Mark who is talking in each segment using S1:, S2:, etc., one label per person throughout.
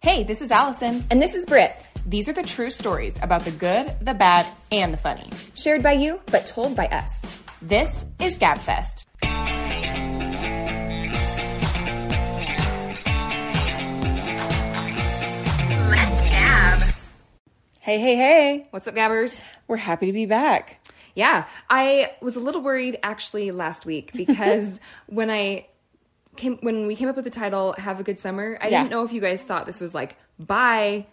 S1: Hey, this is Allison.
S2: And this is Britt,
S1: These are the true stories about the good, the bad, and the funny.
S2: shared by you, but told by us.
S1: This is GabFest.
S2: Hey, hey, hey. What's up, Gabbers?
S1: We're happy to be back.
S2: Yeah, I was a little worried actually last week because when I came, when we came up with the title, Have a Good Summer, I
S1: Yeah.
S2: didn't know if you guys thought this was like, bye,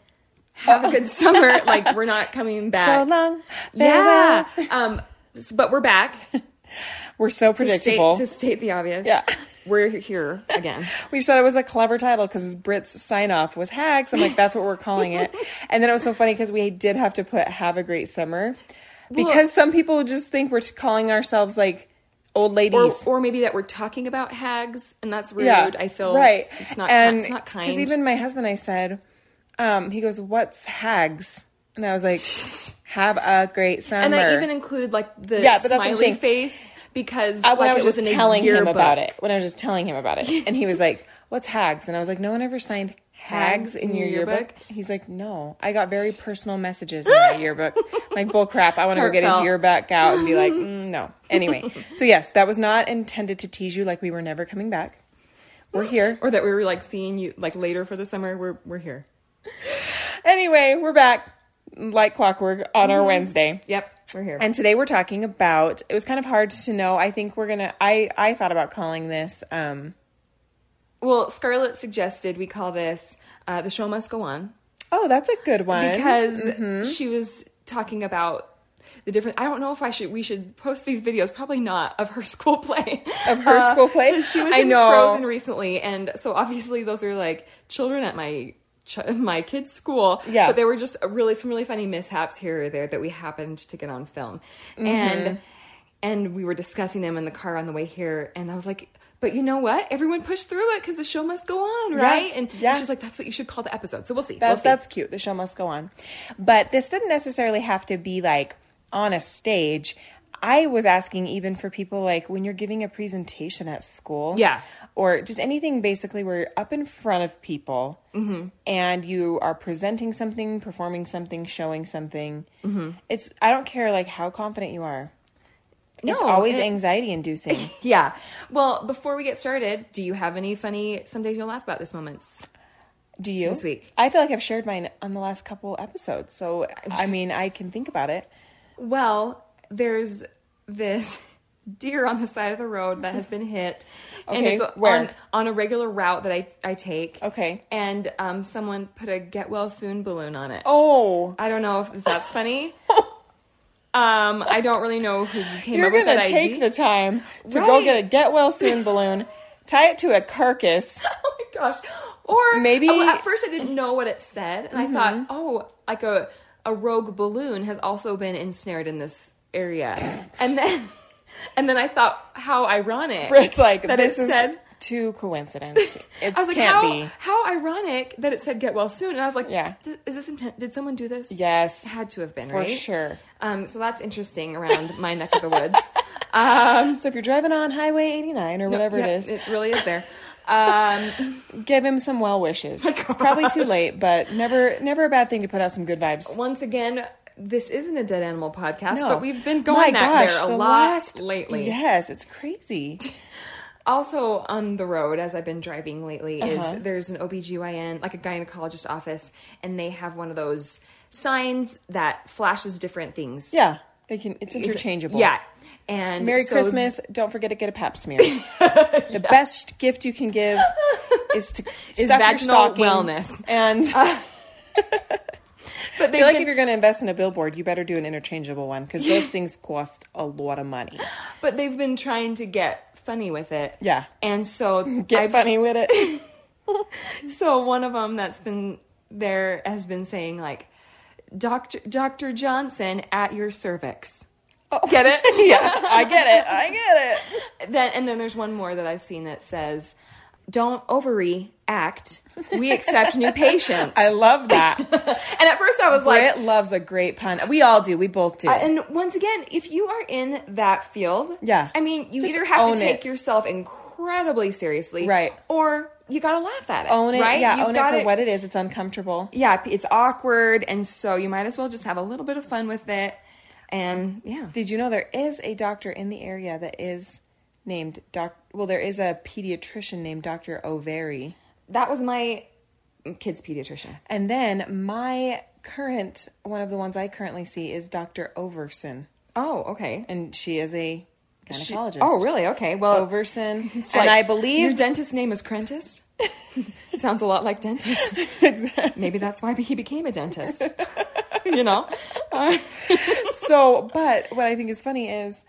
S2: have a good summer, like we're not coming back.
S1: Oh. So long.
S2: Yeah. um, s- but we're back.
S1: We're so
S2: To
S1: predictable.
S2: state, to state the obvious.
S1: Yeah.
S2: We're here again.
S1: we just thought it was a clever title because Brit's sign off was hacks. I'm like, that's what we're calling it. and then it was so funny because we did have to put have a great summer because some people just think we're calling ourselves like old ladies.
S2: or, or maybe that we're talking about hags and that's rude. I feel
S1: right.
S2: It's not.
S1: and
S2: it's not kind.
S1: Because even my husband, I said, um, he goes, "What's hags?" And I was like, "Have a great summer."
S2: and I even included like the
S1: Yeah, but that's what I'm
S2: smiley
S1: saying.
S2: face because
S1: I, when
S2: like,
S1: I was
S2: it was
S1: just
S2: in a
S1: telling him
S2: yearbook.
S1: about it, when I was just telling him about it, and he was like, "What's hags?" And I was like, "No one ever signed hags in your yearbook." He's like, "No, I got very personal messages in my yearbook." I'm like, bull crap! I want to go get his
S2: Heartfelt.
S1: yearbook out and be like, mm, "No." Anyway, so yes, that was not intended to tease you like we were never coming back. We're here.
S2: or that we were like seeing you like later for the summer. We're we're here.
S1: Anyway, we're back like clockwork on our Wednesday.
S2: Yep, we're here.
S1: And today we're talking about it was kind of hard to know. I think we're going to I I thought about calling this um
S2: well, Scarlett suggested we call this uh, the show must go on
S1: Oh, that's a good one.
S2: because
S1: Mm-hmm.
S2: she was talking about. The different. I don't know if I should. We should post these videos. Probably not of her school play.
S1: of her
S2: Uh,
S1: school play.
S2: 'cause She was
S1: I
S2: in
S1: know.
S2: Frozen recently, and so obviously those are like children at my ch- my kids' school.
S1: Yeah.
S2: but there were just really some really funny mishaps here or there that we happened to get on film,
S1: Mm-hmm.
S2: and and we were discussing them in the car on the way here, and I was like. But you know what? Everyone pushed through it because the show must go on, right? And
S1: yeah.
S2: she's like, "That's what you should call the episode." So we'll see.
S1: That's
S2: we'll see.
S1: that's cute. The show must go on. But this didn't necessarily have to be like on a stage. I was asking even for people like when you're giving a presentation at school.
S2: Yeah.
S1: Or just anything basically where you're up in front of people
S2: Mm-hmm.
S1: and you are presenting something, performing something, showing something.
S2: Mm-hmm.
S1: It's I don't care like how confident you are. it's always
S2: it-
S1: anxiety inducing.
S2: yeah. Well, before we get started, do you have any funny some days you'll laugh about this moments?
S1: Do you?
S2: This week. Uh,
S1: I feel like I've shared mine on the last couple episodes. So I mean I can think about it.
S2: Well, there's this deer on the side of the road that has been hit. and
S1: Okay,
S2: it's
S1: where?
S2: On, on a regular route that I, I take.
S1: Okay.
S2: And um, someone put a get well soon balloon on it.
S1: Oh,
S2: I don't know if that's funny. um, I don't really know who came
S1: You're
S2: up with
S1: gonna
S2: that
S1: take the
S2: idea.
S1: time to go
S2: Right.
S1: get a get well soon balloon, tie it to a carcass.
S2: oh my gosh. Or
S1: Maybe- Mm-hmm.
S2: oh, at first I didn't know what it said, and I thought, oh, like a a rogue balloon has also been ensnared in this area, and then and then I thought, how ironic!
S1: It's like
S2: that
S1: this
S2: it
S1: is
S2: said.
S1: too coincidence. It
S2: I was like,
S1: can't
S2: how,
S1: be.
S2: how ironic that it said get well soon. And I was like,
S1: Yeah.
S2: th- is this intent? Did someone do this?
S1: Yes,
S2: It had to have been,
S1: for
S2: right?
S1: sure.
S2: Um, so that's interesting around my neck of the woods.
S1: Um, So if you're driving on Highway 89 or whatever
S2: Yep,
S1: it is,
S2: It really is there. Um,
S1: give him some well wishes. it's probably too late, but never, never a bad thing to put out some good vibes.
S2: once again, this isn't a dead animal podcast,
S1: No.
S2: but we've been
S1: My
S2: going that
S1: gosh,
S2: there a
S1: the
S2: lot
S1: last-
S2: lately.
S1: Yes, it's crazy.
S2: Also on the road, as I've been driving lately,
S1: Uh-huh.
S2: is there's an OBGYN, like a gynecologist office, and they have one of those signs that flashes different things.
S1: Yeah, they can. It's interchangeable.
S2: Yeah. And
S1: Merry
S2: so-
S1: Christmas. Don't forget to get a pap smear. the best gift you can give is to
S2: Is
S1: stuff your
S2: vaginal
S1: stocking
S2: wellness.
S1: And
S2: But
S1: I
S2: they
S1: feel like
S2: like
S1: if you're going to invest in a billboard, you better do an interchangeable one because those things cost a lot of money.
S2: but they've been trying to get funny with it.
S1: Yeah.
S2: And so
S1: Get
S2: I've-
S1: funny with it.
S2: So one of them that's been there has been saying like Dr. Dr. Johnson at your cervix. Get it?
S1: Oh. yeah, I get it. I get it.
S2: Then and then there's one more that I've seen that says don't ovary act. We accept new patients.
S1: I love that.
S2: and at first I was like
S1: Britt loves a great pun. We all do. We both do.
S2: and once again, if you are in that field,
S1: Yeah.
S2: I mean, you
S1: Just
S2: either have
S1: own
S2: to
S1: it.
S2: take yourself incredibly seriously,
S1: Right.
S2: Or you gotta laugh at it,
S1: Own it,
S2: right?
S1: yeah.
S2: You've
S1: own it
S2: got
S1: for what it is. It's uncomfortable.
S2: Yeah, it's awkward, and so you might as well just have a little bit of fun with it, and yeah.
S1: Did you know there is a doctor in the area that is named Doc? Well, there is a pediatrician named Doctor Overi.
S2: That was my kid's pediatrician.
S1: And then my current one of the ones I currently see is Dr. Overson,
S2: Oh, okay.
S1: and she is a gynecologist.
S2: Oh, really? Okay. Well,
S1: Overson, and
S2: like,
S1: I
S2: your
S1: believe
S2: dentist's name is Crentist. it sounds a lot like dentist. Maybe that's why he became a dentist. you know, Uh,
S1: so. But what I think is funny is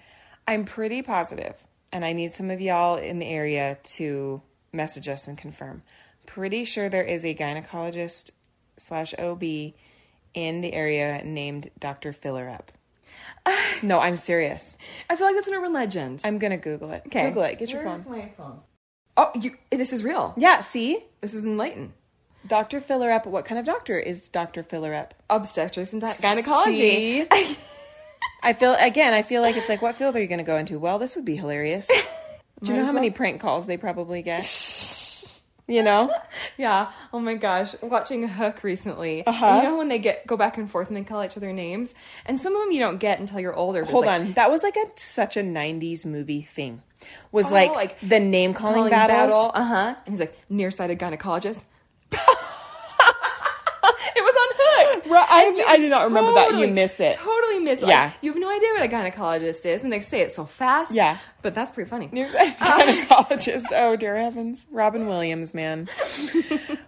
S1: I'm pretty positive, and I need some of y'all in the area to message us and confirm. Pretty sure there is a gynecologist slash OB in the area named Dr. Filler Up. No, I'm serious.
S2: I feel like that's an urban legend.
S1: I'm gonna Google it.
S2: Okay.
S1: Google it. Get your phone.
S2: Oh, you, this is real.
S1: Yeah, see?
S2: This is in Layton.
S1: Dr. Filler Up, what kind of doctor is Dr. Filler Up?
S2: Obstetrics and gy- gynecology.
S1: See? I feel, again, I feel like it's like, what field are you going to go into? Well, this would be hilarious. Do you know
S2: as
S1: how many prank calls they probably get? you know?
S2: Yeah. Oh my gosh. Watching Hook recently.
S1: Uh-huh.
S2: You know when they get go back and forth and they call each other names, and some of them you don't get until you're older. but it's
S1: Hold
S2: like,
S1: on. That was like a such a 90s movie thing. Was
S2: Oh,
S1: like,
S2: like
S1: the name calling
S2: calling
S1: battles.
S2: battle. Uh huh. And he's like nearsighted gynecologist. it was on Hook.
S1: Right, I-
S2: And you
S1: I do not remember that. You
S2: totally-
S1: miss it.
S2: Totally miss it.
S1: Yeah.
S2: Like, you have no idea what a gynecologist is, and they say it so fast.
S1: Yeah.
S2: But that's pretty funny.
S1: Here's a gynecologist. Oh, dear heavens. Robin Williams, man.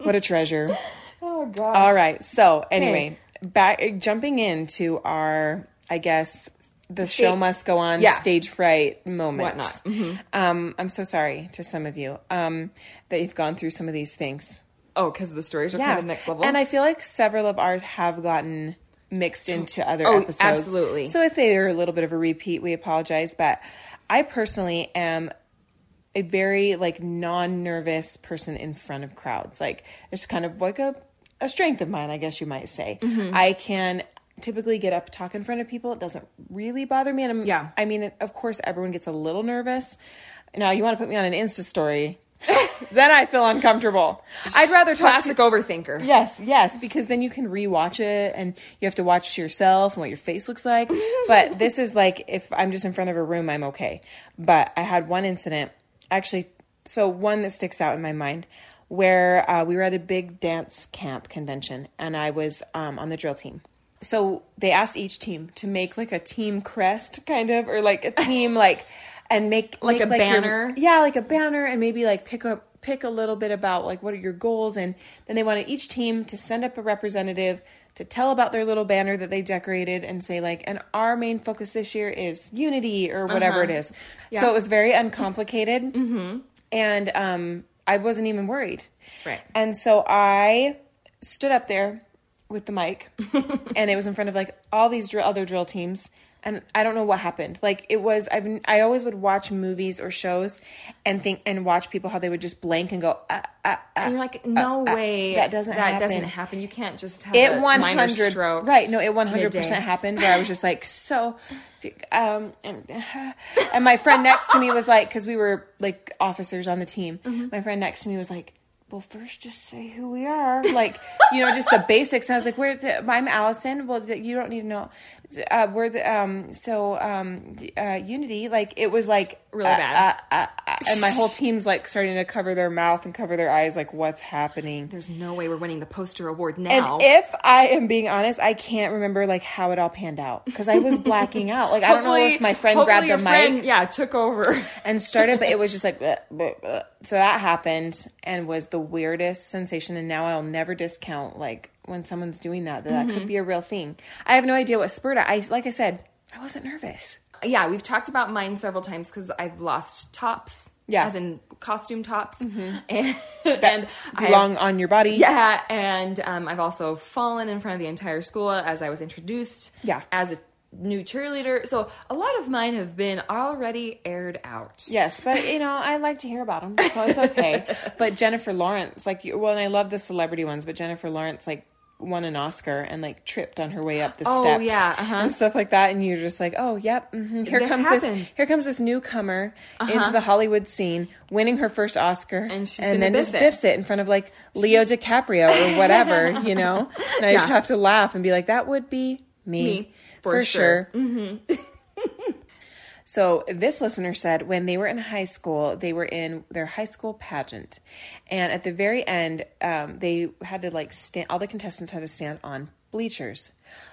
S1: what a treasure.
S2: oh gosh.
S1: All right. So anyway, back jumping into our, I guess, the show must go on
S2: Yeah.
S1: stage fright moments.
S2: Whatnot. Mm-hmm.
S1: Um, I'm so sorry to some of you um, that you've gone through some of these things.
S2: Oh, because the stories are kind of next level.
S1: And I feel like several of ours have gotten mixed into other
S2: Oh,
S1: episodes.
S2: absolutely.
S1: So if they are a little bit of a repeat, we apologize. But I personally am a very like non-nervous person in front of crowds. Like it's kind of like a, a strength of mine, I guess you might say.
S2: Mm-hmm.
S1: I can typically get up talk in front of people. It doesn't really bother me. And I'm,
S2: Yeah.
S1: I mean, of course, everyone gets a little nervous. Now you want to put me on an Insta story. then I feel uncomfortable. I'd rather talk to
S2: Classic overthinker.
S1: Yes, yes, because then you can rewatch it and you have to watch yourself and what your face looks like. but this is like if I'm just in front of a room, I'm okay. But I had one incident, actually, so one that sticks out in my mind where uh, we were at a big dance camp convention and I was um, on the drill team. So they asked each team to make like a team crest, kind of, or like a team, like, and make
S2: Like
S1: make,
S2: a
S1: your-
S2: banner?
S1: yeah, like a banner and maybe like pick up pick a little bit about like what are your goals and then they wanted each team to send up a representative to tell about their little banner that they decorated and say like and our main focus this year is unity or whatever it is. So it was very uncomplicated. mm-hmm. And um I wasn't even worried.
S2: Right.
S1: And so I stood up there with the mic, and it was in front of like all these drill, other drill teams. And I don't know what happened. Like it was, I've been- I always would watch movies or shows, and think and watch people how they would just blank and go. Uh, uh, uh.
S2: And you're like, no way.
S1: that doesn't
S2: That doesn't
S1: happen.
S2: happen. You can't just have
S1: It
S2: a
S1: one
S2: minor
S1: hundred
S2: stroke.
S1: right? No, it one hundred
S2: midday.
S1: percent happened. Where I was just like, so, um, and, and my friend next to me was like, because we were like officers on the team.
S2: Mm-hmm.
S1: My friend next to me was like, well, first just say who we are, like you know, just the basics. And I was like, where? The, I'm Allison. Well, th- you don't need to know. Uh, we're the um, so um, uh, Unity. Like it was like
S2: Really
S1: uh,
S2: bad.
S1: uh, uh, uh, and my whole team's like starting to cover their mouth and cover their eyes. Like what's happening?
S2: There's no way we're winning the poster award
S1: And
S2: now.
S1: if I am being honest, I can't remember like how it all panned out because I was blacking out. Like I don't know if my friend grabbed the
S2: your
S1: mic
S2: friend, yeah, took over.
S1: and started, but it was just like bleh, bleh, bleh. so that happened and was the weirdest sensation. And now I'll never discount like when someone's doing that that, that could
S2: Mm-hmm.
S1: be a real thing. I have no idea what spurred it. I like I said, I wasn't nervous.
S2: yeah, we've talked about mine several times because I've lost tops.
S1: Yeah. Mm-hmm.
S2: As in costume tops. And, and I've-
S1: Belong on your body.
S2: Yeah, and um, I've also fallen in front of the entire school as I was introduced.
S1: Yeah.
S2: As a new cheerleader. So a lot of mine have been already aired out.
S1: Yes, but you know, I like to hear about them, so it's okay. but Jennifer Lawrence, like, you- well, and I love the celebrity ones, but Jennifer Lawrence, like, won an Oscar and like tripped on her way up the
S2: Oh,
S1: steps
S2: yeah, uh-huh.
S1: and stuff like that. And you're just like, oh, yep, hmm here
S2: This
S1: comes
S2: happens. Uh-huh.
S1: this, here comes this newcomer into the Hollywood scene, winning her first Oscar,
S2: And she's
S1: and
S2: gonna
S1: then just
S2: biff it.
S1: biffs it in front of like Leo DiCaprio or whatever, you know. And I just
S2: Yeah.
S1: have to laugh and be like, that would be me,
S2: Me, for
S1: for, sure. So this listener said when they were in high school, they were in their high school pageant, and at the very end, um, they had to like stand. All the contestants had to stand on bleachers.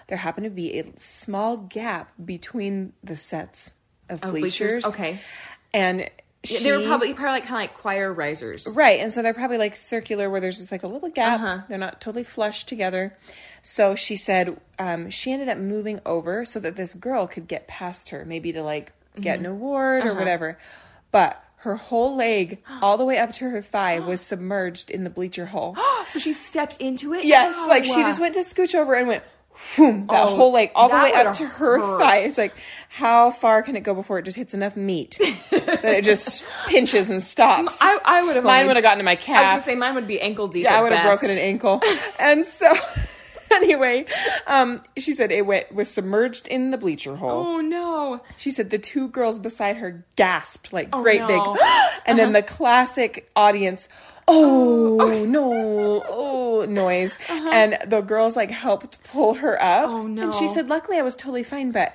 S1: There happened to be a small gap between the sets of,
S2: bleachers,
S1: bleachers.
S2: okay.
S1: and she,
S2: they were probably probably like kind of like choir risers.
S1: Right. And so they're probably like circular where there's just like a little gap.
S2: Uh-huh.
S1: They're not totally flush together. So she said um, she ended up moving over so that this girl could get past her, maybe to like get
S2: Mm-hmm.
S1: an award
S2: Uh-huh.
S1: or whatever. But her whole leg, all the way up to her thigh, was submerged in the bleacher hole.
S2: So she stepped into it.
S1: yes.
S2: Wow.
S1: Like she just went to scooch over and went. Whoom, that
S2: Oh,
S1: whole like all the
S2: that
S1: way up
S2: would've
S1: to her
S2: hurt.
S1: thigh. It's like, how far can it go before it just hits enough meat that it just pinches and stops?
S2: I, I would have.
S1: Mine would have gotten to my
S2: I was gonna
S1: calf.
S2: say mine would be ankle deep.
S1: Yeah,
S2: at
S1: I would have
S2: best.
S1: broken an ankle. And so, anyway, um, she said it went, was submerged in the bleacher hole.
S2: Oh no!
S1: She said the two girls beside her gasped like great
S2: Oh, no.
S1: big, and then the classic audience. Oh, no! Oh, noise! And the girls like helped pull her up.
S2: Uh-huh. Oh, no.
S1: And she said, "Luckily, I was totally fine." But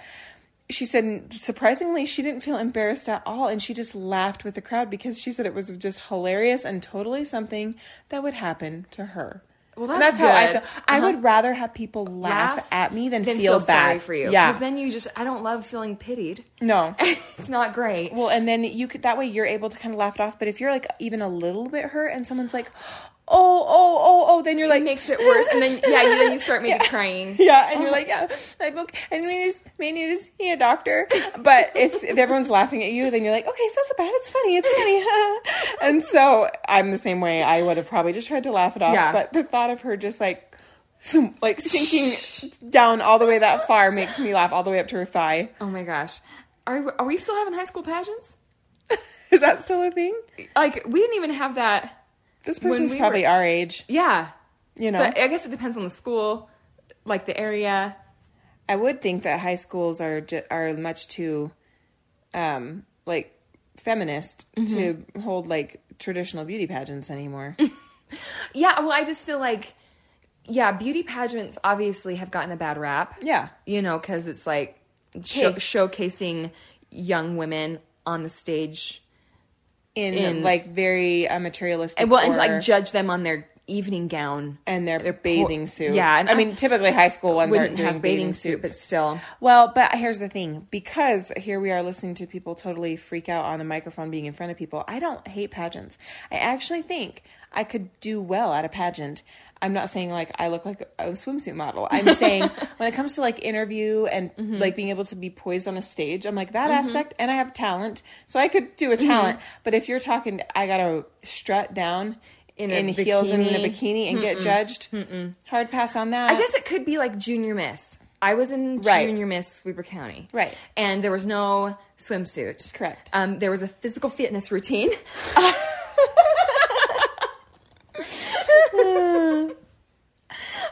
S1: she said, surprisingly, she didn't feel embarrassed at all, and she just laughed with the crowd because she said it was just hilarious and totally something that would happen to her.
S2: Well,
S1: And
S2: that's
S1: how I feel.
S2: good. Uh-huh.
S1: I would rather have people laugh,
S2: Laugh,
S1: at me than
S2: then
S1: feel, bad
S2: sorry for you.
S1: Yeah.
S2: Because then you just I don't love feeling pitied.
S1: no.
S2: it's not great.
S1: Well, and then you could that way you're able to kind of laugh it off. But if you're like even a little bit hurt and someone's like, oh, oh, oh, oh, then you're like
S2: It makes it worse, and then yeah, you, Oh. then you start maybe
S1: Yeah.
S2: crying.
S1: Yeah, and you're like, yeah, I'm okay. And we just may need to see a doctor. But if, if everyone's laughing at you, then you're like, okay, it's not so bad. It's funny. It's funny. and so I'm the same way. I would have probably just tried to laugh it off.
S2: Yeah.
S1: But the thought of her just like, thump, like sinking down all the way that far makes me laugh all the way up to her thigh.
S2: Oh my gosh, are are we still having high school pageants?
S1: Is that still a thing?
S2: Like we didn't even have that.
S1: This
S2: When
S1: person's
S2: we
S1: probably
S2: were-
S1: our age.
S2: Yeah,
S1: You know,
S2: but I guess it depends on the school, like the area.
S1: I would think that high schools are ju- are much too, um, like feminist
S2: Mm-hmm.
S1: to hold like traditional beauty pageants anymore.
S2: Yeah, well, I just feel like, yeah, beauty pageants obviously have gotten a bad rap.
S1: Yeah.
S2: You know, because it's like sho-
S1: Hey.
S2: showcasing young women on the stage
S1: In,
S2: In-
S1: like very uh, materialistic,
S2: and well, and to,
S1: or-
S2: like judge them on their evening gown.
S1: and their,
S2: their
S1: bathing
S2: por-
S1: suit.
S2: Yeah, and
S1: I, mean typically high school ones aren't
S2: wouldn't
S1: doing
S2: have bathing suit, but
S1: suits.
S2: still.
S1: Well, but here's the thing because here we are listening to people totally freak out on the microphone being in front of people. I don't hate pageants. I actually think I could do well at a pageant. I'm not saying like I look like a swimsuit model. I'm saying when it comes to like interview and
S2: Mm-hmm.
S1: like being able to be poised on a stage, I'm like that aspect and I have talent. So I could do a
S2: Mm-hmm.
S1: talent. But if you're talking I got to strut down
S2: In
S1: in,
S2: a
S1: heels and in a
S2: bikini.
S1: bikini and get judged, hard pass on that.
S2: I guess it could be like junior miss. I was in
S1: Right.
S2: junior miss Weber County.
S1: Right.
S2: And there was no swimsuit.
S1: Correct.
S2: Um, there was a physical fitness routine.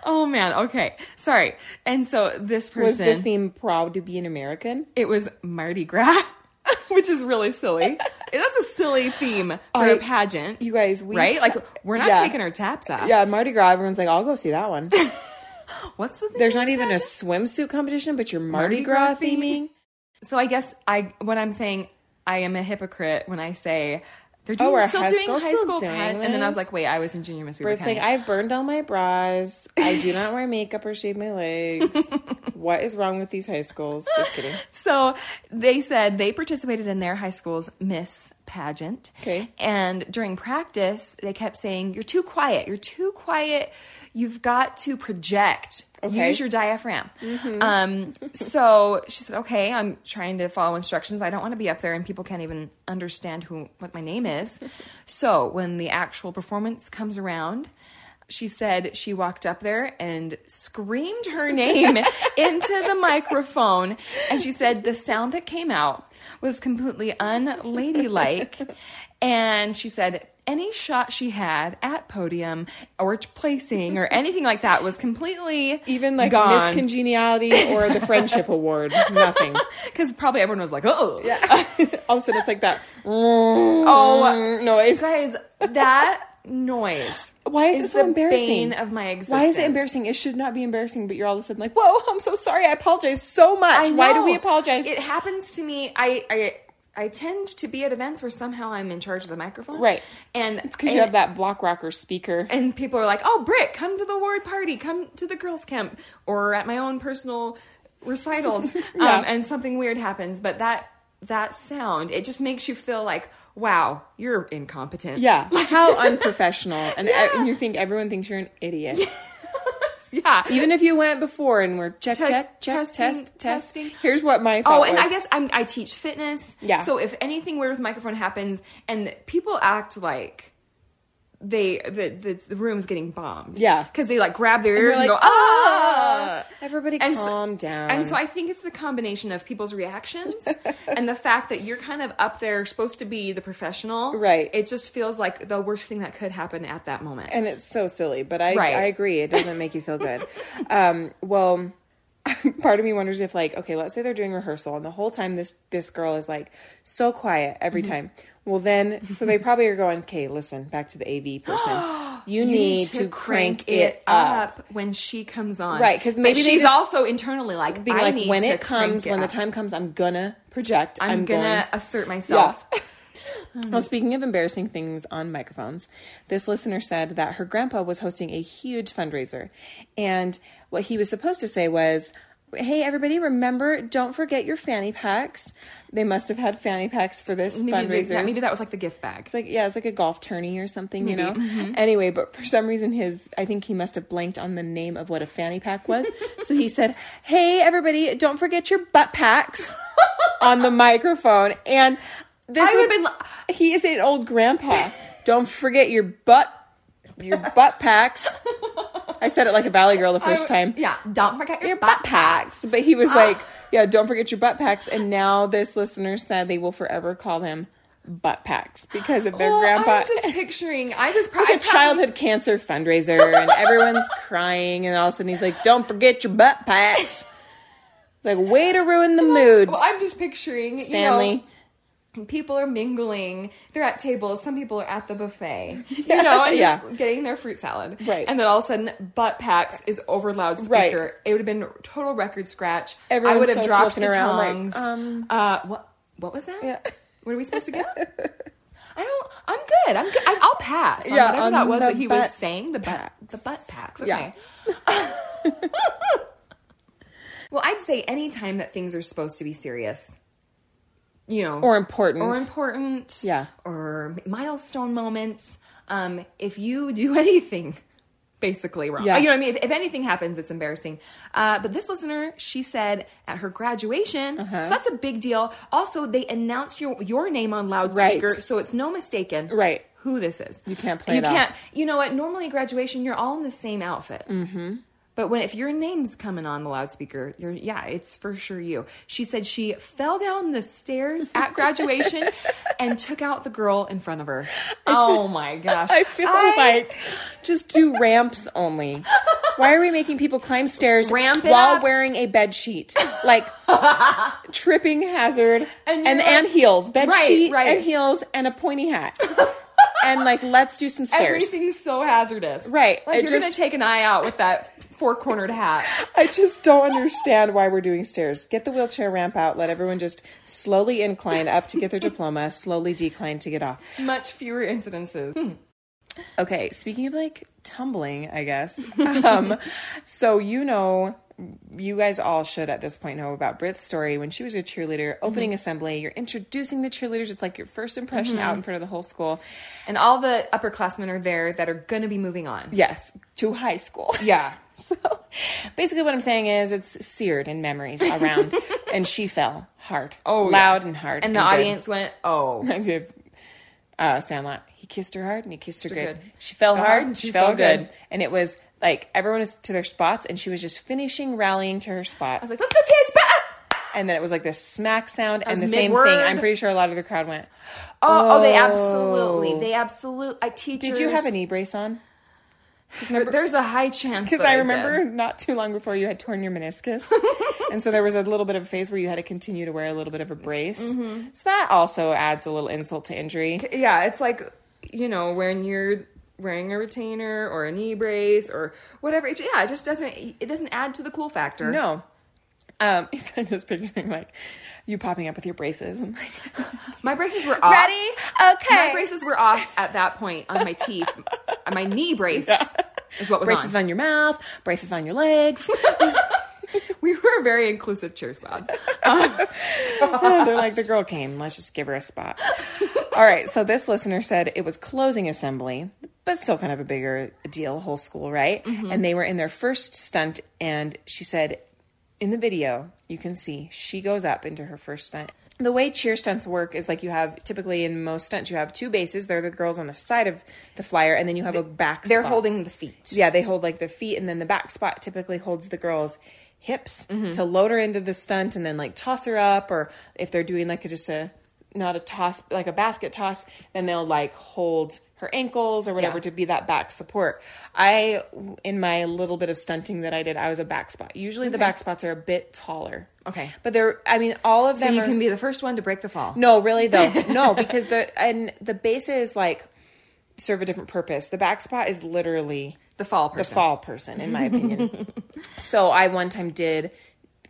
S2: oh man, okay. Sorry. And so this person
S1: was the theme proud to be an American?
S2: it was Mardi Gras, which is really silly. That's a silly theme for a
S1: I-
S2: pageant.
S1: you guys, we-
S2: right? Like we're not
S1: Yeah.
S2: taking our taps off.
S1: Yeah, Mardi Gras. Everyone's like, I'll go see that one.
S2: What's the thing?
S1: There's
S2: in
S1: not
S2: this
S1: even a
S2: pageant?
S1: swimsuit competition, but your
S2: Mardi
S1: Mardi,
S2: Gras
S1: Gras,
S2: theming?
S1: theming.
S2: So I guess I what I'm saying I am a hypocrite when I say they're doing,
S1: Oh, we're
S2: still
S1: high
S2: doing
S1: school,
S2: high
S1: still
S2: school
S1: doing
S2: pad, and then I was
S1: this?
S2: like, wait, I was in junior miss. We
S1: Where
S2: were
S1: it's like, I've burned all my bras. I do not wear makeup or shave my legs. what is wrong with these high schools? Just kidding.
S2: so they said they participated in their high school's miss pageant.
S1: Okay.
S2: And during practice, they kept saying, "You're too quiet. You're too quiet. You've got to project.
S1: Okay.
S2: Use your diaphragm." Um, so she said, "Okay, I'm trying to follow instructions. I don't want to be up there and people can't even understand who what my name is." so when the actual performance comes around. She said she walked up there and screamed her name into the microphone. And she said the sound that came out was completely unladylike. And she said any shot she had at podium or placing or anything like that was completely
S1: Even like Miss
S2: gone
S1: Congeniality or the Friendship Award, nothing.
S2: because probably everyone was like, oh,
S1: All of a sudden, it's like that.
S2: Oh.
S1: Oh, noise.
S2: guys, that noise.
S1: Why is, it so
S2: the
S1: embarrassing?
S2: bane of my existence.
S1: Why is it embarrassing? It should not be embarrassing, but you're all of a sudden like, whoa, I'm so sorry. I apologize so much.
S2: I
S1: Why do
S2: know.
S1: we apologize?
S2: It happens to me. I, I I tend to be at events where somehow I'm in charge of the microphone.
S1: Right.
S2: And
S1: Because you
S2: and-
S1: have that block rocker speaker.
S2: And people are like, "Oh, Britt, come to the ward party, come to the girls' camp, or at my own personal recitals."
S1: Yeah.
S2: um, and something weird happens, but that that sound it just makes you feel like, "Wow, you're incompetent."
S1: Yeah. How unprofessional. And, e, and you think everyone thinks you're an idiot.
S2: yeah.
S1: Even if you went before and were check,
S2: Check,
S1: check, check, test,
S2: testing,
S1: test.
S2: testing.
S1: Here's what my thought
S2: Oh, and
S1: was.
S2: I guess I'm, I teach fitness.
S1: Yeah.
S2: So if anything weird with microphone happens, and people act like they the the, the room's getting bombed.
S1: Yeah.
S2: Because they like grab their
S1: You're
S2: ears and,
S1: like,
S2: go ah.
S1: Uh, Everybody
S2: And so-
S1: calm down.
S2: And so I think it's the combination of people's reactions and the fact that you're kind of up there supposed to be the professional.
S1: Right.
S2: It just feels like the worst thing that could happen at that moment.
S1: and it's so silly, but I,
S2: Right.
S1: I agree. It doesn't make you feel good. um, well, part of me wonders if like, okay, let's say they're doing rehearsal and the whole time this, this girl is like so quiet every
S2: Mm-hmm.
S1: time. Well then, so they probably are going, okay, listen back to the AV person. You, need, to, crank, it up.
S2: when she comes on,
S1: Right, 'cause
S2: But
S1: maybe they
S2: she's
S1: just-
S2: also internally like,
S1: Being
S2: I
S1: like,
S2: need
S1: when
S2: to
S1: it comes,
S2: crank it
S1: when
S2: up.
S1: the time comes, I'm gonna project.
S2: I'm,
S1: I'm,
S2: gonna Mm-hmm.
S1: going
S2: assert myself.
S1: Yeah. Well, speaking of embarrassing things on microphones, this listener said that her grandpa was hosting a huge fundraiser. And what he was supposed to say was, Hey, everybody, remember, don't forget your fanny packs. They must have had fanny packs for this
S2: Maybe,
S1: fundraiser.
S2: that, maybe that was like the gift bag.
S1: It's like yeah, it's like a golf tourney or something, you know.
S2: Mm-hmm.
S1: Anyway, but for some reason, his I think he must have blanked on the name of what a fanny pack was. so he said, "Hey, everybody, don't forget your butt packs on the microphone." And this
S2: I
S1: would
S2: would've been li-
S1: he is an old grandpa. don't forget your butt your butt packs. I said it like a valley girl the first time
S2: Yeah, don't forget your,
S1: your
S2: butt
S1: butt
S2: pack.
S1: packs. But he
S2: Ah.
S1: was like, yeah, don't forget your butt packs. And now this listener said they will forever call him butt packs because of their
S2: Well,
S1: grandpa.
S2: I'm just picturing. I was pro-
S1: It's like
S2: I
S1: a
S2: probably-
S1: childhood cancer fundraiser, and everyone's crying, and all of a sudden he's like, "Don't forget your butt packs." Like, way to ruin the mood,
S2: Well, I'm just picturing
S1: Stanley.
S2: You know, people are mingling. They're at tables. Some people are at the buffet. You know, and
S1: Yeah.
S2: just getting their fruit salad.
S1: Right.
S2: And then all of a sudden, butt packs is over loudspeaker.
S1: Right.
S2: It would have been total record scratch. I
S1: Everyone's
S2: would have
S1: so
S2: dropped the
S1: looking around like,
S2: tongs.
S1: um,
S2: uh, what? What was that?
S1: Yeah.
S2: What are we supposed to get? I don't. I'm good. I'm good. I, I'll pass. on
S1: Yeah,
S2: whatever
S1: on
S2: that was
S1: the
S2: that he was
S1: butt
S2: saying. The butt.
S1: packs.
S2: The butt packs. Okay.
S1: Yeah.
S2: well, I'd say any time that things are supposed to be serious, you know,
S1: Or important.
S2: or important,
S1: Yeah.
S2: or milestone moments. Um, if you do anything basically wrong,
S1: Yeah.
S2: you know what I mean. If, if anything happens, it's embarrassing. Uh, but this listener, she said at her graduation,
S1: Uh-huh.
S2: so that's a big deal. Also, they announce your your name on loudspeaker,
S1: Right.
S2: so it's no mistaken,
S1: Right.
S2: Who this is? You
S1: can't play
S2: You
S1: it off.
S2: can't. You know what? Normally, graduation, you're all in the same outfit. But when if your name's coming on the loudspeaker, you're yeah, it's for sure you. She said she fell down the stairs at graduation and took out the girl in front of her. Oh my gosh.
S1: I feel
S2: I-
S1: like just do ramps only. Why are we making people climb stairs
S2: Ramp it
S1: while
S2: up.
S1: wearing a bed sheet? Like tripping hazard
S2: And
S1: and
S2: you're
S1: and,
S2: like-
S1: heels, bed
S2: Right,
S1: sheet
S2: right.
S1: and heels and a pointy hat. and like let's do some stairs.
S2: everything's so hazardous.
S1: Right.
S2: Like
S1: It
S2: you're gonna
S1: just-
S2: take an eye out with that four cornered hat.
S1: I just don't understand why we're doing stairs. Get the wheelchair ramp out, let everyone just slowly incline up to get their diploma, slowly decline to get off.
S2: Much fewer incidences.
S1: Okay, speaking of like tumbling, I guess. Um, so you know, you guys all should at this point know about Brit's story when she was a cheerleader, opening assembly. You're introducing the cheerleaders. It's like your first impression out in front of the whole school.
S2: And all the upperclassmen are there that are gonna be moving on.
S1: Yes, to high school.
S2: Yeah.
S1: So basically, what I'm saying is it's seared in memories around, and she fell hard.
S2: Oh, yeah.
S1: loud and hard.
S2: And the
S1: good.
S2: audience went, Oh.
S1: reminds me of uh, Sandlot. He kissed her hard and he kissed her good.
S2: her good.
S1: She fell hard
S2: and
S1: and she, fell, good. And it was like everyone was to their spots and she was just finishing rallying to her
S2: I
S1: spot.
S2: was like, let's go teach
S1: and then it was like this smack sound and the
S2: was
S1: same
S2: mid-word.
S1: thing. I'm pretty sure a lot of the crowd went.
S2: Oh, oh, they absolutely, they absolutely. I teachers.
S1: Did you have a knee brace on?
S2: There's a high chance
S1: Because
S2: that
S1: I
S2: did.
S1: remember not too long before you had torn your meniscus, and so there was a little bit of a phase where you had to continue to wear a little bit of a brace.
S2: Mm-hmm.
S1: So that also adds a little insult to injury.
S2: yeah, it's like you know when you're wearing a retainer or a knee brace or whatever. It, yeah, it just doesn't it doesn't add to the cool factor.
S1: No. Um, I'm just picturing like you popping up with your braces and like
S2: my braces were off.
S1: Okay.
S2: Ah. My braces were off at that point on my teeth. my knee brace is what was
S1: braces
S2: on.
S1: on your mouth, braces on your legs.
S2: We were a very inclusive cheers squad.
S1: They're like, the girl came. Let's just give her a spot. All right. So this listener said it was closing assembly, but still kind of a bigger deal, whole school, right?
S2: Mm-hmm.
S1: And they were in their first stunt. And she said, in the video, you can see she goes up into her first stunt. The way cheer stunts work is like you have typically in most stunts, you have two bases. They're the girls on the side of the flyer, and then you have a back.
S2: They're
S1: spot.
S2: holding the feet.
S1: Yeah, they hold like the feet, and then the back spot typically holds the girl's hips
S2: Mm-hmm.
S1: to load her into the stunt, and then like toss her up, or if they're doing like a, just a not a toss, like a basket toss, then they'll like hold her ankles or whatever
S2: Yeah.
S1: to be that back support. I, in my little bit of stunting that I did, I was a back spot. Usually the back spots are a bit taller.
S2: Okay.
S1: but they're I mean all of
S2: So
S1: them.
S2: you
S1: are-
S2: can be the first one to break the fall.
S1: no, really though. No, because the and the base is like serve a different purpose. The back spot is literally
S2: The fall person.
S1: the fall person, in my opinion. so I one time did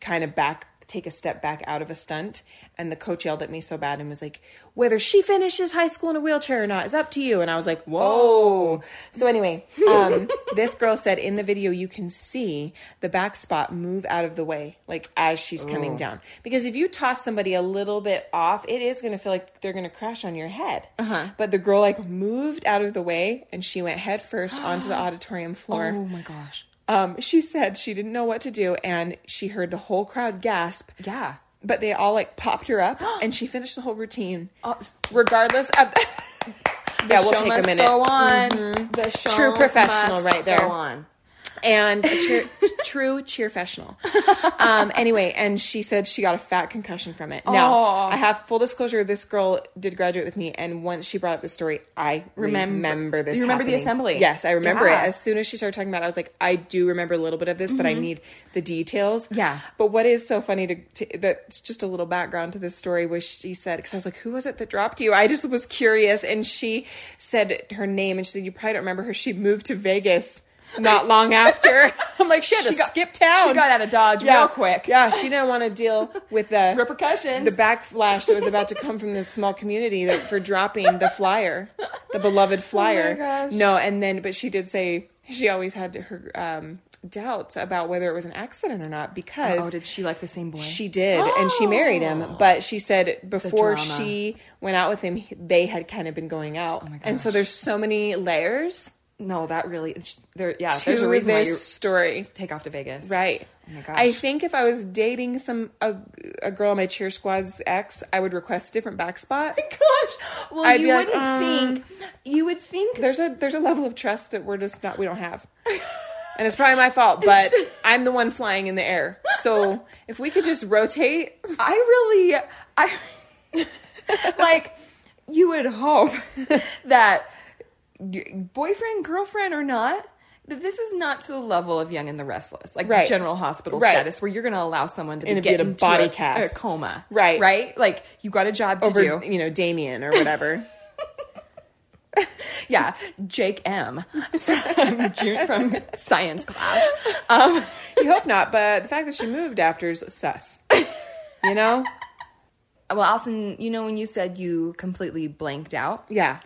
S1: kind of back take a step back out of a stunt, and the coach yelled at me so bad and was like, "Whether she finishes high school in a wheelchair or not is up to you." And I was like, "Whoa!" So anyway, um, this girl said in the video you can see the back spot move out of the way, like as she's coming down, because if you toss somebody a little bit off, it is going to feel like they're going to crash on your head. But the girl like moved out of the way, and she went head first onto the auditorium floor.
S2: Oh my gosh.
S1: Um, she said she didn't know what to do, and she heard the whole crowd gasp.
S2: Yeah.
S1: But they all like popped her up, and she finished the whole routine,
S2: Oh,
S1: regardless of. yeah, we'll
S2: show
S1: take a
S2: must
S1: minute.
S2: Go on. The show
S1: True professional
S2: must
S1: right there.
S2: Go on.
S1: and a cheer, true cheerfessional. Um, anyway, and she said she got a fat concussion from it. Now,
S2: Oh.
S1: I have full disclosure. This girl did graduate with me, and once she brought up the story, I remember,
S2: Remember-
S1: this.
S2: You remember the
S1: happening.
S2: assembly?
S1: Yes, I remember
S2: Yeah.
S1: it. As soon as she started talking about, it, I was like, I do remember a little bit of this, but I need the details.
S2: Mm-hmm. Yeah.
S1: But what is so funny to, to that's just a little background to this story was she said because I was like, who was it that dropped you? I just was curious, and she said her name, and she said you probably don't remember her. She moved to Vegas not long after. I'm like, she had
S2: She
S1: to
S2: got-
S1: skip town.
S2: she got out of Dodge
S1: Yeah.
S2: real quick.
S1: Yeah, she didn't want to deal with the
S2: Repercussions.
S1: the backflash that was about to come from this small community that, for dropping the flyer, the beloved flyer.
S2: Oh gosh.
S1: No, and then but she did say she always had her um, doubts about whether it was an accident or not because
S2: Oh, did she like the same boy?
S1: she did, and she married him. But she said before
S2: drama. Oh
S1: she went out with him, he- they had kind of been going out,
S2: my
S1: and so
S2: gosh.
S1: there's so many layers
S2: no, that really. sh- There, yeah.
S1: to
S2: There's a reason why
S1: this
S2: you
S1: story,
S2: take off to Vegas.
S1: right?
S2: Oh my gosh.
S1: I think if I was dating some a, a girl on my cheer squad's ex, I would request a different back spot.
S2: Gosh. Well,
S1: I'd be
S2: you
S1: like,
S2: wouldn't think. You would think.
S1: There's a there's a level of trust that we're just not we don't have. And it's probably my fault, but I'm the one flying in the air. So if we could just rotate,
S2: I really. I like. You would hope that y- boyfriend, girlfriend, or not. That this is not to the level of Young and the Restless, like
S1: Right.
S2: General Hospital
S1: Right.
S2: status, where you're going to allow someone to be
S1: And be
S2: get
S1: in a
S2: into
S1: body
S2: a,
S1: cast.
S2: a coma,
S1: Right.
S2: Right? Like you got a job to
S1: over
S2: do.
S1: you know Damien or whatever.
S2: Yeah, Jake M from, June, from science class. Um,
S1: you hope not, but the fact that she moved after is sus. You know?
S2: well, Alison, you know when you said you completely blanked out?
S1: Yeah.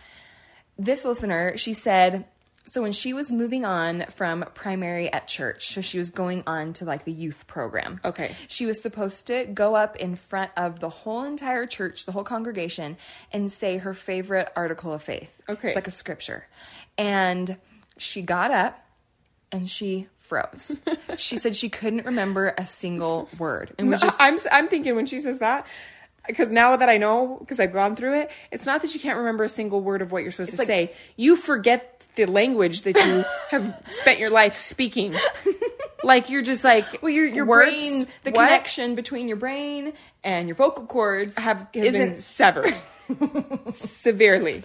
S2: This listener, she said, so when she was moving on from primary at church, so she was going on to like the youth program.
S1: Okay.
S2: She was supposed to go up in front of the whole entire church, the whole congregation, and say her favorite article of faith.
S1: Okay.
S2: It's like a scripture. And she got up and she froze. she said she couldn't remember a single word and was just
S1: I'm I'm thinking when she says that because now that I know, because I've gone through it, it's not that you can't remember a single word of what you're supposed to
S2: like-
S1: say. You forget the language that you have spent your life speaking. like you're just like
S2: Well, your your
S1: words,
S2: brain, the
S1: what
S2: connection between your brain and your vocal cords
S1: have has
S2: isn't.
S1: been severed severely.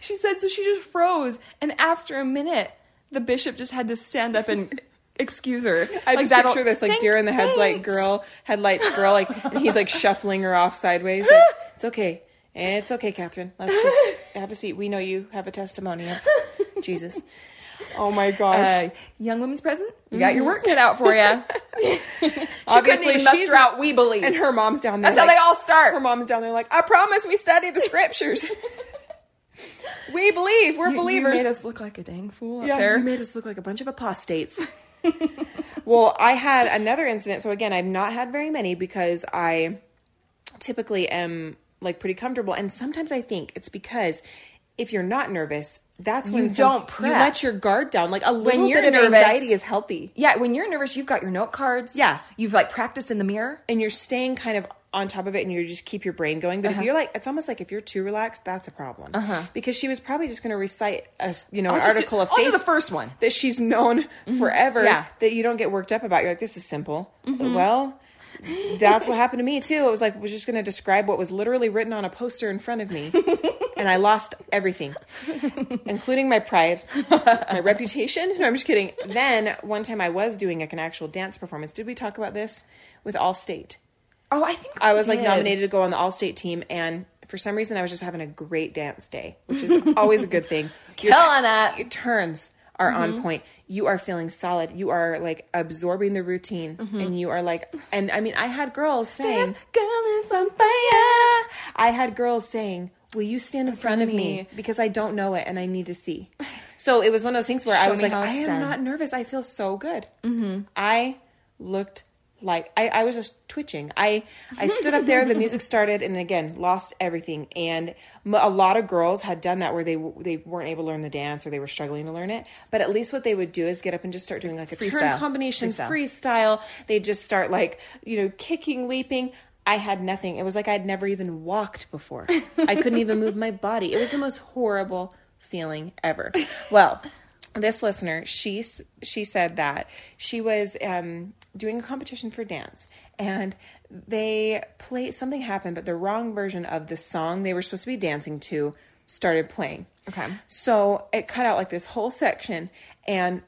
S2: She said so. She just froze, and after a minute, the bishop just had to stand up and excuse her.
S1: I just
S2: that'll-
S1: picture this like
S2: Thank-
S1: deer in the headlights like
S2: thanks.
S1: girl, headlights girl, like and he's like shuffling her off sideways. Like, it's okay. It's okay, Catherine. Let's just have a seat. We know you have a testimony of Jesus. Oh my gosh.
S2: Uh, young women's present. You got your work cut out for you. she couldn't
S1: Mm-hmm. Obviously,
S2: even muster
S1: she's-
S2: out. We believe.
S1: and her mom's down there.
S2: That's how
S1: like-
S2: they all start.
S1: Her mom's down there like, I promise we study the scriptures. we believe. We're
S2: You-
S1: believers.
S2: You made us look like a dang fool up
S1: yeah,
S2: there.
S1: you made us look like a bunch of apostates. well, I had another incident. So again, I've not had very many because I typically am like pretty comfortable, and sometimes I think it's because if you're not nervous, that's when
S2: You
S1: some-
S2: don't prep.
S1: You let your guard down. Like a little
S2: you're
S1: bit of
S2: nervous-
S1: anxiety is healthy,
S2: yeah, when you're nervous, you've got your note cards.
S1: Yeah.
S2: You've like practiced in the mirror.
S1: and you're staying kind of on top of it, and you just keep your brain going. But if
S2: Uh-huh.
S1: you're like, it's almost like if you're too relaxed, that's a problem. Because she was probably just going to recite a you know an
S2: just do-
S1: article of
S2: I'll do
S1: faith
S2: the first one.
S1: that she's known forever
S2: Mm-hmm. Yeah. Mm-hmm.
S1: that you don't get worked up about. You're like, this is simple. Well, that's what happened to me too. It was like I was just going to describe what was literally written on a poster in front of me, and I lost everything, including my pride, my reputation. No, I'm just kidding. Then one time I was doing like an actual dance performance. Did we talk about this with Allstate?
S2: Oh, I think
S1: I was like
S2: did.
S1: nominated to go on the Allstate team, and for some reason I was just having a great dance day, which is always a good thing. Your
S2: Killing it.
S1: Your turns are on point. You are feeling solid. You are like absorbing the routine, and you are like, and I mean, I had girls
S2: This
S1: saying,
S2: girl is on fire.
S1: I had girls saying, "Will you stand in front of me
S2: me.
S1: because I don't know it and I need to see." So it was one of those things where I
S2: Show
S1: was
S2: me
S1: like,
S2: how
S1: "I am
S2: it's done." Mm-hmm.
S1: not nervous. I feel so good." I looked like I, I was just twitching. I I stood up there. The music started, and again, lost everything. And m- a lot of girls had done that where they w- they weren't able to learn the dance or they were struggling to learn it. But at least what they would do is get up and just start doing like a turn
S2: Freestyle.
S1: combination
S2: Freestyle.
S1: freestyle. They just start like, you know, kicking, leaping. I had nothing. It was like I'd never even walked before. I couldn't even move my body. It was the most horrible feeling ever. Well, this listener, she s- she said that she was um, doing a competition for dance, and they played something happened, but the wrong version of the song they were supposed to be dancing to started playing.
S2: Okay.
S1: So it cut out like this whole section, and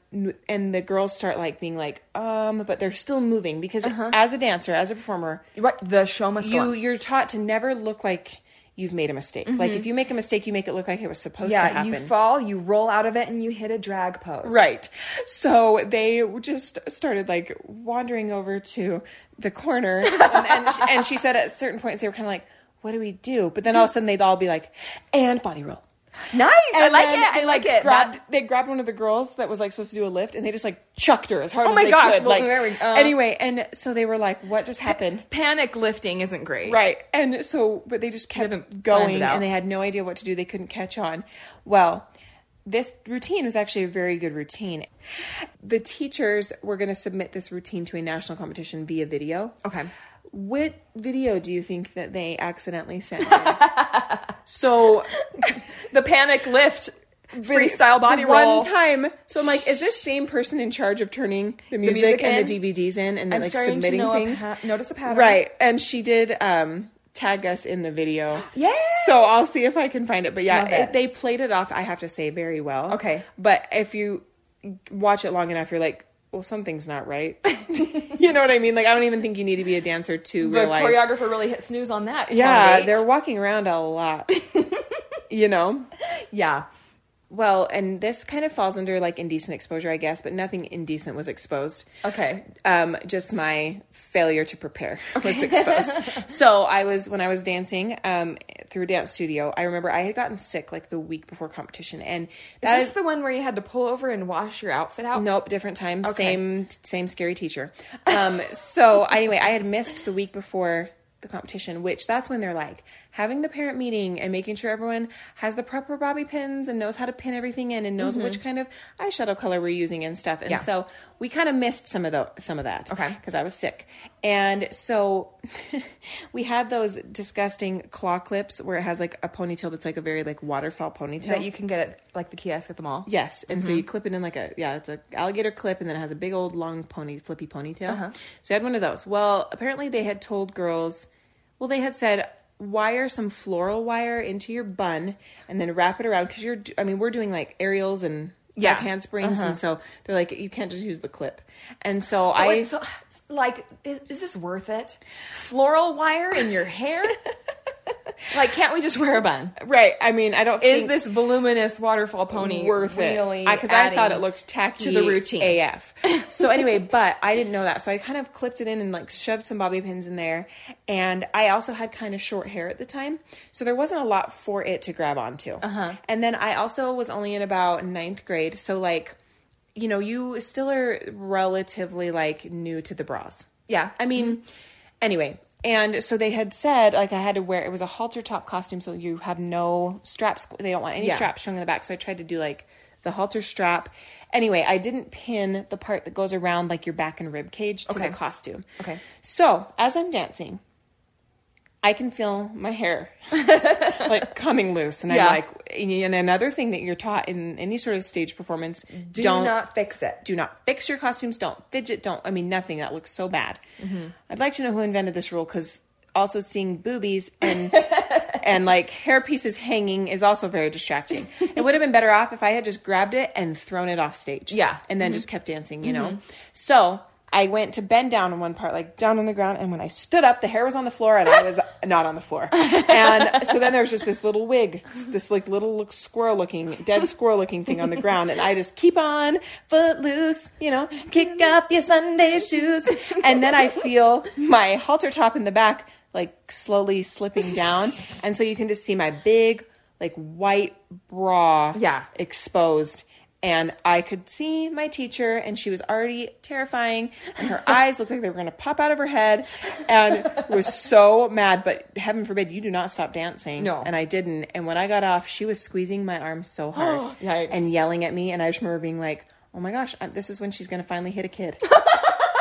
S1: and the girls start like being like, um, but they're still moving because as a dancer, as a performer,
S2: Right, the show must go
S1: you
S2: on. Mm-hmm.
S1: you're taught to never look like you've made a mistake. Like if you make a mistake, you make it look like it was supposed to
S2: Yeah,
S1: happen.
S2: you fall, you roll out of it, and you hit a drag pose.
S1: Right. So they just started like wandering over to the corner. And, and, she, and she said at certain points, they were kind of like, what do we do? But then all of a sudden they'd all be like, and body roll.
S2: Nice. I
S1: And
S2: like
S1: then
S2: it.
S1: they,
S2: I like it.
S1: Grabbed,
S2: That-
S1: they grabbed one of the girls that was like supposed to do a lift, and they just like chucked her as hard.
S2: Oh
S1: as
S2: my
S1: they
S2: gosh,
S1: Could.
S2: well,
S1: Like
S2: there we go.
S1: anyway, and so they were like, "What just happened?"
S2: panic lifting isn't great.
S1: Right, and so but they just
S2: They haven't
S1: kept
S2: planned
S1: going,
S2: it out.
S1: and they had no idea what to do. They couldn't catch on. Well, this routine was actually a very good routine. The teachers were going to submit this routine to a national competition via video.
S2: Okay.
S1: What video do you think that they accidentally sent? in? so
S2: The panic lift freestyle body
S1: the
S2: roll.
S1: One time, so I'm like, is this same person in charge of turning the music,
S2: music
S1: and
S2: in?
S1: the DVDs in and then
S2: I'm
S1: like
S2: starting to
S1: submitting
S2: know a
S1: things?
S2: pa- notice a pattern.
S1: right? And she did um, tag us in the video.
S2: Yay!
S1: So I'll see if I can find it. But yeah,
S2: Love
S1: it-
S2: it.
S1: they played it off. I have to say very well.
S2: Okay.
S1: but if you watch it long enough, you're like. Well, something's not right. you know what I mean? Like, I don't even think you need to be a dancer to
S2: The
S1: realize.
S2: choreographer really hit snooze on that.
S1: yeah,
S2: candidate.
S1: they're walking around a lot. you know?
S2: yeah.
S1: Well, and this kind of falls under like indecent exposure, I guess, but nothing indecent was exposed.
S2: Okay.
S1: Um, just my failure to prepare was exposed. so I was when I was dancing um, through a dance studio. I remember I had gotten sick like the week before competition, and that
S2: Is this the one where you had to pull over and wash your outfit out?
S1: Nope, different time.
S2: Okay.
S1: Same same scary teacher. Um so anyway, I had missed the week before the competition, which that's when they're like, having the parent meeting and making sure everyone has the proper bobby pins and knows how to pin everything in and knows which kind of eyeshadow color we're using and stuff. And
S2: Mm-hmm. Yeah.
S1: so we kind of missed some of the some of that.
S2: Okay.
S1: Because I was sick. And so we had those disgusting claw clips where it has like a ponytail that's like a very like waterfall ponytail.
S2: that you can get at like the kiosk at the mall.
S1: Yes, and
S2: Mm-hmm.
S1: so you clip it in like a yeah, it's a alligator clip, and then it has a big old long pony flippy ponytail.
S2: Uh-huh.
S1: So I had one of those. Well, apparently they had told girls, well, they had said wire some floral wire into your bun and then wrap it around because you're. do- I mean, we're doing like aerials and
S2: Yeah. Uh-huh.
S1: back handsprings, and so they're like, you can't just use the clip. And so I
S2: Oh, it's so, like, is, is this worth it? Floral wire in your hair? like, can't we just wear a bun?
S1: right. I mean, I don't
S2: Is
S1: think
S2: this voluminous waterfall pony
S1: worth
S2: really
S1: it because I, thought
S2: adding-
S1: it looked tacky
S2: to the routine?
S1: AF. So anyway, but I didn't know that, so I kind of clipped it in and like shoved some bobby pins in there, and I also had kind of short hair at the time, so there wasn't a lot for it to grab onto. Uh-huh. And then I also was only in about ninth grade, so like, you know, you still are relatively like new to the bras.
S2: Yeah,
S1: I mean, anyway. And so they had said, like, I had to wear it was a halter top costume, so you have no straps. They don't want any
S2: Yeah.
S1: straps showing in the back. So I tried to do like the halter strap. Anyway, I didn't pin the part that goes around like your back and rib cage to
S2: Okay.
S1: the costume.
S2: Okay.
S1: So as I'm dancing, I can feel my hair like coming loose, and
S2: Yeah.
S1: I'm like, and another thing that you're taught in any sort of stage performance,
S2: do
S1: don't
S2: not fix it.
S1: do not fix your costumes. Don't fidget. Don't. I mean, nothing. That looks so bad. I'd like to know who invented this rule because also seeing boobies and and like hair pieces hanging is also very distracting. it would have been better off if I had just grabbed it and thrown it off stage.
S2: Yeah.
S1: and then just kept dancing. You know. So I went to bend down in one part, like down on the ground, and when I stood up, the hair was on the floor and I was not on the floor. And so then there was just this little wig, this like little look squirrel looking, dead squirrel looking thing on the ground, and I just keep on foot loose, you know, kick up your Sunday shoes, and then I feel my halter top in the back like slowly slipping down, and so you can just see my big like white bra,
S2: Yeah.
S1: exposed and I could see my teacher and she was already terrifying and her eyes looked like they were going to pop out of her head and was so mad but heaven forbid you do not stop dancing
S2: No.
S1: and I didn't and when I got off she was squeezing my arm so hard
S2: Yikes.
S1: and yelling at me and I just remember being like oh my gosh I- this is when she's going to finally hit a kid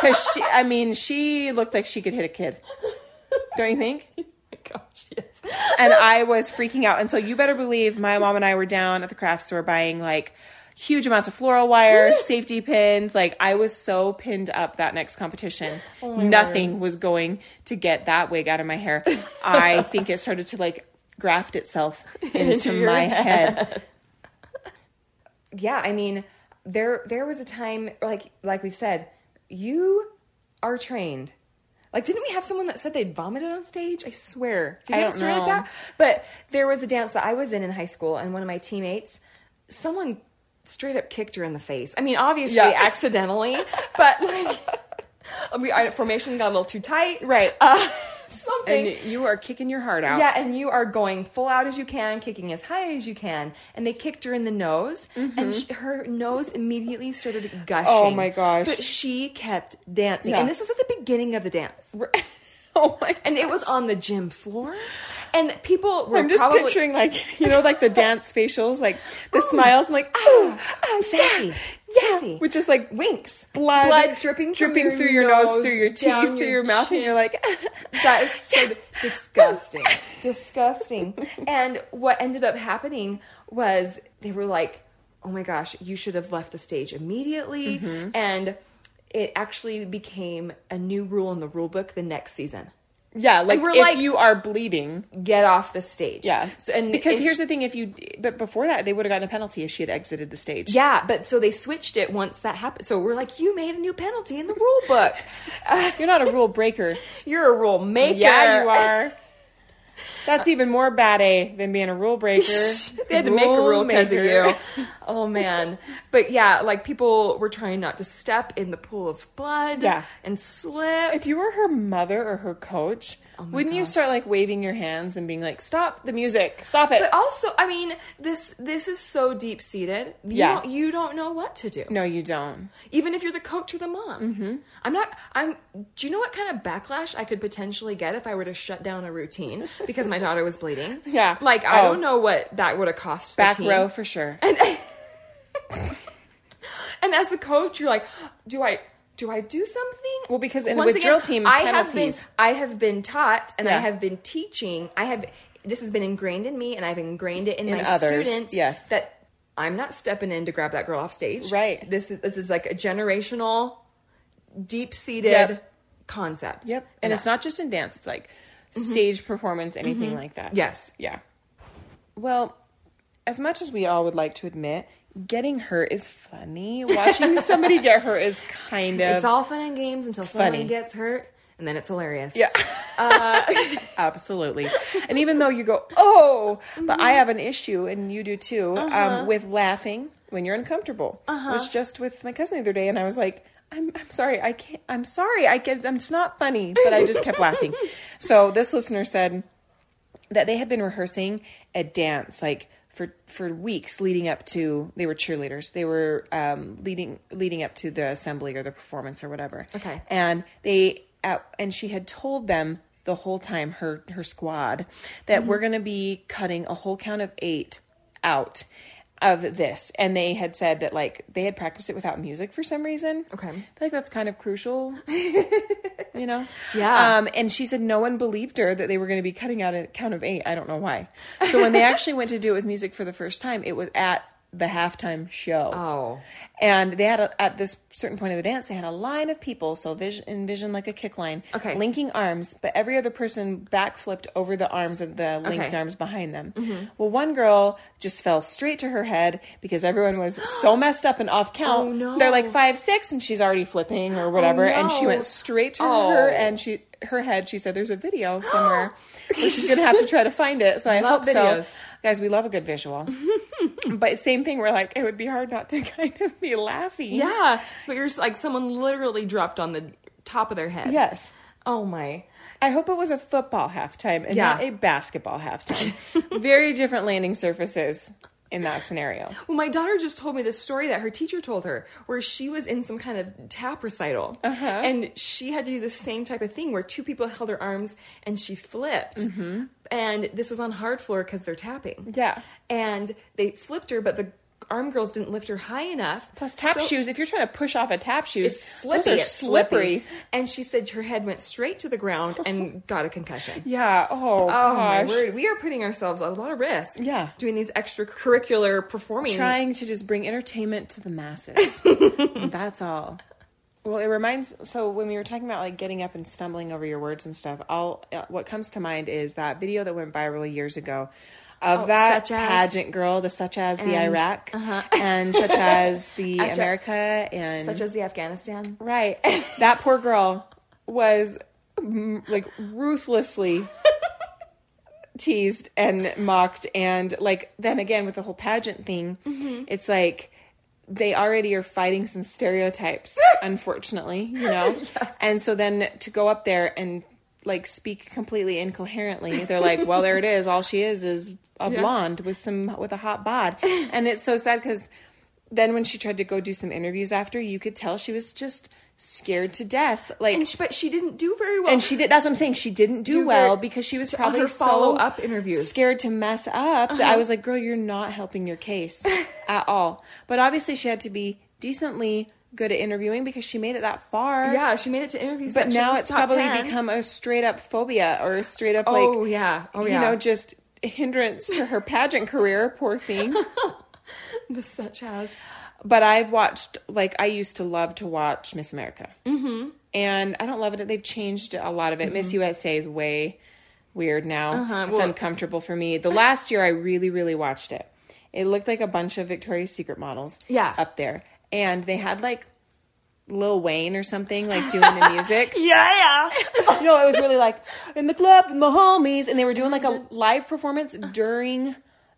S1: cuz she I mean she looked like she could hit a kid don't you think
S2: Oh my gosh, yes.
S1: and I was freaking out. And so you better believe my mom and I were down at the craft store buying like huge amounts of floral wire, safety pins. Like I was so pinned up that next competition. Nothing was going to get that wig out of my hair. I think it started to like graft itself into,
S2: your
S1: my head.
S2: Yeah, I mean, there there was a time like like we've said, you are trained. Like, didn't we have someone that said they'd vomited on stage? I swear. Did you
S1: I
S2: have a
S1: don't
S2: story like
S1: know.
S2: that? But there was a dance that I was in in high school, and one of my teammates, someone straight up kicked her in the face. I mean, obviously,
S1: Yeah.
S2: accidentally, but like, we, our formation got a little too tight.
S1: Right.
S2: Uh, something.
S1: And you are kicking your heart out.
S2: Yeah, and you are going full out as you can, kicking as high as you can. And they kicked her in the nose, and sh her nose immediately started gushing.
S1: Oh my gosh.
S2: But she kept dancing.
S1: Yeah.
S2: And this was at the beginning of the dance.
S1: oh my
S2: And it was on the gym floor. And people were
S1: I'm just
S2: probably,
S1: picturing like you know like the dance facials, like the smiles and like oh,
S2: Oh, sassy. sassy.
S1: which is like
S2: Winks.
S1: blood,
S2: Blood dripping from
S1: dripping
S2: your
S1: through your nose,
S2: nose,
S1: through your teeth,
S2: down
S1: through
S2: your
S1: your, mouth, and you're like,
S2: That is so disgusting. disgusting. And what ended up happening was they were like, oh my gosh, you should have left the stage immediately.
S1: Mm-hmm.
S2: And it actually became a new rule in the rule book the next season.
S1: yeah, like
S2: we're
S1: if
S2: like-
S1: you are bleeding,
S2: Get off the stage.
S1: yeah.
S2: So, and
S1: because
S2: if-
S1: here's the thing: if you, but before that, they would have gotten a penalty if she had exited the stage.
S2: Yeah, but so they switched it once that happened. So we're like, you made a new penalty in the rule book. Uh,
S1: You're not a rule breaker.
S2: you're a rule maker.
S1: yeah, you are. That's even more bad a than being a rule breaker.
S2: they had to make a rule because of
S1: maker.
S2: you. Oh man, but yeah, like people were trying not to step in the pool of blood.
S1: Yeah.
S2: and slip.
S1: If you were her mother or her coach,
S2: Oh
S1: wouldn't you start like waving your hands and being like, "Stop the music! Stop it!"
S2: But also, I mean, this this is so deep seated.
S1: Yeah.
S2: you don't, you don't know what to do,
S1: no, you don't.
S2: even if you're the coach or the mom. Mm-hmm. I'm not. I'm. Do you know what kind of backlash I could potentially get if I were to shut down a routine? because my daughter was bleeding.
S1: Yeah.
S2: Like I
S1: Oh.
S2: don't know what that would have cost. The
S1: Back
S2: team.
S1: row for sure.
S2: And as the coach, you're like, do I do I do something?
S1: Well, because in-
S2: Once
S1: with
S2: again,
S1: drill team,
S2: I have been
S1: penalties.
S2: I have been taught and I
S1: Yeah.
S2: have been teaching. I have this has been ingrained in me, and I've ingrained it in,
S1: In
S2: my
S1: others,
S2: students.
S1: yes.
S2: that. I'm not stepping in to grab that girl off stage.
S1: Right.
S2: This is this is like a generational, deep seated
S1: Yep.
S2: concept.
S1: Yep. And it's not just in dance, it's like
S2: Mm-hmm.
S1: stage performance, anything like that.
S2: Yes.
S1: Yeah. Well, as much as we all would like to admit, getting hurt is funny. Watching somebody get hurt is kind of
S2: It's all fun and games until
S1: Funny.
S2: someone gets hurt, and then it's hilarious.
S1: Yeah. Uh, Absolutely. And even though you go, oh, but I have an issue, and you do too, um, with laughing when you're uncomfortable. I was just with my cousin the other day, and I was like, I'm, I'm sorry. I can't. I'm sorry. I can, I'm, it's not funny, but I just kept laughing. So this listener said that they had been rehearsing a dance like for for weeks leading up to they were cheerleaders they were um, leading leading up to the assembly or the performance or whatever
S2: Okay.
S1: and they at, and she had told them the whole time her her squad that we're going to be cutting a whole count of 8 out of this and they had said that like they had practiced it without music for some reason
S2: Okay.
S1: I feel like that's kind of crucial you know
S2: Yeah.
S1: um and she said no one believed her that they were going to be cutting out a count of 8 I don't know why so when they actually went to do it with music for the first time it was at the halftime show
S2: Oh.
S1: and they had a, at this certain point of the dance, they had a line of people. So vision, envision like a kick line,
S2: Okay.
S1: linking arms, but every other person backflipped over the arms of the linked
S2: Okay. Mm-hmm.
S1: arms behind them. Well, one girl just fell straight to her head because everyone was so messed up and off count.
S2: Oh, no. Oh,
S1: They're like five six, and she's already flipping or whatever, and she
S2: no.
S1: went straight to
S2: Oh.
S1: her and she her head. She said, "There's a video somewhere." where she's gonna have to try to find it. So I
S2: Love
S1: hope
S2: videos.
S1: so, guys. We love a good visual. But same thing, we're like, it would be hard not to kind of be laughing.
S2: Yeah, but you're s- like someone literally dropped on the top of their head.
S1: Yes.
S2: Oh my.
S1: I hope it was a football halftime and
S2: Yeah.
S1: not a basketball halftime. Very different landing surfaces in that scenario.
S2: Well, my daughter just told me this story that her teacher told her, where she was in some kind of tap recital,
S1: Uh-huh.
S2: and she had to do the same type of thing where two people held her arms and she flipped, and this was on hard floor because they're tapping.
S1: Mm-hmm. Yeah.
S2: and they flipped her, but the arm girls didn't lift her high enough.
S1: Plus, tap
S2: so-
S1: shoes, if you're trying to push off a tap shoes,
S2: It's slippy.
S1: those are
S2: it's
S1: slippery.
S2: slippy. And she said her head went straight to the ground and got a concussion.
S1: Yeah. Oh,
S2: Oh
S1: gosh.
S2: my word, we are putting ourselves at a lot of risk.
S1: Yeah.
S2: doing these extracurricular performing.
S1: Trying to just bring entertainment to the masses. That's all. Well, it reminds. So when we were talking about like getting up and stumbling over your words and stuff, all uh, what comes to mind is that video that went viral years ago of
S2: Oh,
S1: that
S2: such as-
S1: pageant girl, the such as the
S2: And- uh-huh.
S1: Iraq, and such as the
S2: Such a-
S1: America, and
S2: such as the Afghanistan.
S1: right. That poor girl was mm, like ruthlessly teased and mocked and like then again with the whole pageant thing it's like they already are fighting some stereotypes unfortunately you know and so then to go up there and like speak completely incoherently they're like well there it is all she is is a
S2: Yeah.
S1: blonde with some with a hot bod and it's so sad because then when she tried to go do some interviews after you could tell she was just scared to death like
S2: And she, but she didn't do very well.
S1: and she did. That's what I'm saying. She didn't do,
S2: Do
S1: well
S2: the-
S1: because she was
S2: to- on
S1: probably
S2: her follow-up Uh-huh.
S1: so
S2: interviews.
S1: scared to mess up. That I was like, girl, you're not helping your case at all. But obviously, she had to be decently good at interviewing because she made it that far.
S2: yeah, she made it to interviews.
S1: But now it's probably
S2: 10.
S1: become a straight up phobia or a straight up like,
S2: Oh yeah. Oh yeah.
S1: you know, just hindrance to her pageant career. Poor thing.
S2: the such as.
S1: But I've watched like I used to love to watch Miss America, mm-hmm. and I don't love it. They've changed a lot of it. Miss USA is way weird now.
S2: Mm-hmm. Uh-huh.
S1: It's
S2: Well-
S1: uncomfortable for me. The last year I really, really watched it. It looked like a bunch of Victoria's Secret models,
S2: Yeah.
S1: up there, and they had like Lil Wayne or something like doing the music.
S2: Yeah.
S1: no, it was really like in the club, with my homies, and they were doing like a
S2: Mm-hmm.
S1: live performance during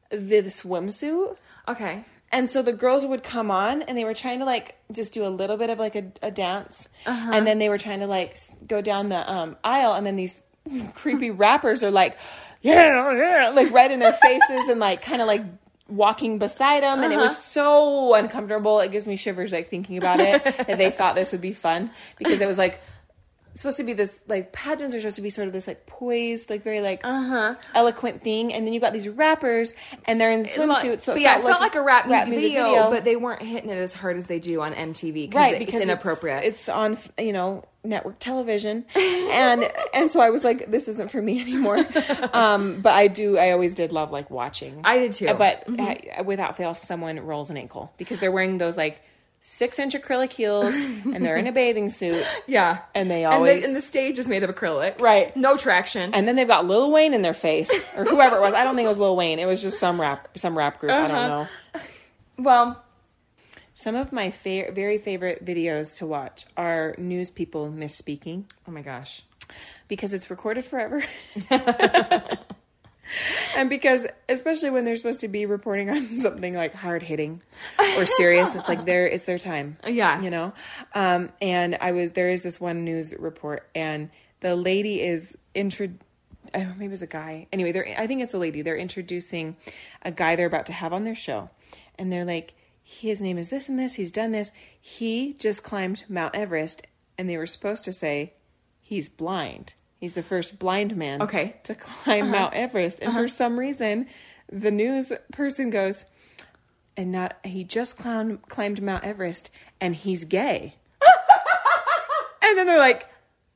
S1: the swimsuit.
S2: okay.
S1: And so the girls would come on and they were trying to like just do a little bit of like a, a dance. And then they were trying to like s- go down the um, aisle. And then these creepy rappers are like, yeah, yeah, like right in their faces and like kind of like walking beside them. And it was so uncomfortable. It gives me shivers like thinking about it that they thought this would be fun because it was like, supposed to be this like pageants are supposed to be sort of this like poised, like very like
S2: Uh-huh.
S1: eloquent thing, and then you got these rappers and they're in swimsuits. So
S2: but
S1: it
S2: yeah,
S1: felt
S2: it felt like, a rap, music, video,
S1: video.
S2: but they weren't hitting it as hard as they do on MTV
S1: right
S2: because
S1: because
S2: it's inappropriate.
S1: It's, on you know network television, and and so I was like, this isn't for me anymore. Um, but I do, I always did love like watching.
S2: I did too. Mm-hmm.
S1: But uh, without fail, someone rolls an ankle because they're wearing those like six inch acrylic heels, and they're in a bathing suit.
S2: yeah,
S1: And they
S2: and
S1: always-
S2: the, and the stage is made of acrylic,
S1: Right.
S2: No traction.
S1: And then they've got Lil Wayne in their face, or whoever it was. I don't think it was Lil Wayne. It was just some rap, some rap group. I
S2: Uh-huh.
S1: don't know.
S2: well,
S1: Some of my fa- very favorite videos to watch are news people misspeaking.
S2: oh my gosh,
S1: because it's recorded forever. and because especially when they're supposed to be reporting on something like hard hitting or serious, it's like their it's their time.
S2: Yeah.
S1: You know? Um and I was there is this one news report and the lady is intro oh, maybe it's a guy. Anyway, they're I think it's a lady. They're introducing a guy they're about to have on their show. And they're like, his name is this and this, he's done this. He just climbed Mount Everest and they were supposed to say he's blind. He's the first blind man
S2: Okay.
S1: to climb Mount Everest. And for some reason, the news person goes, and not he just climbed climbed Mount Everest and he's gay. and then they're like,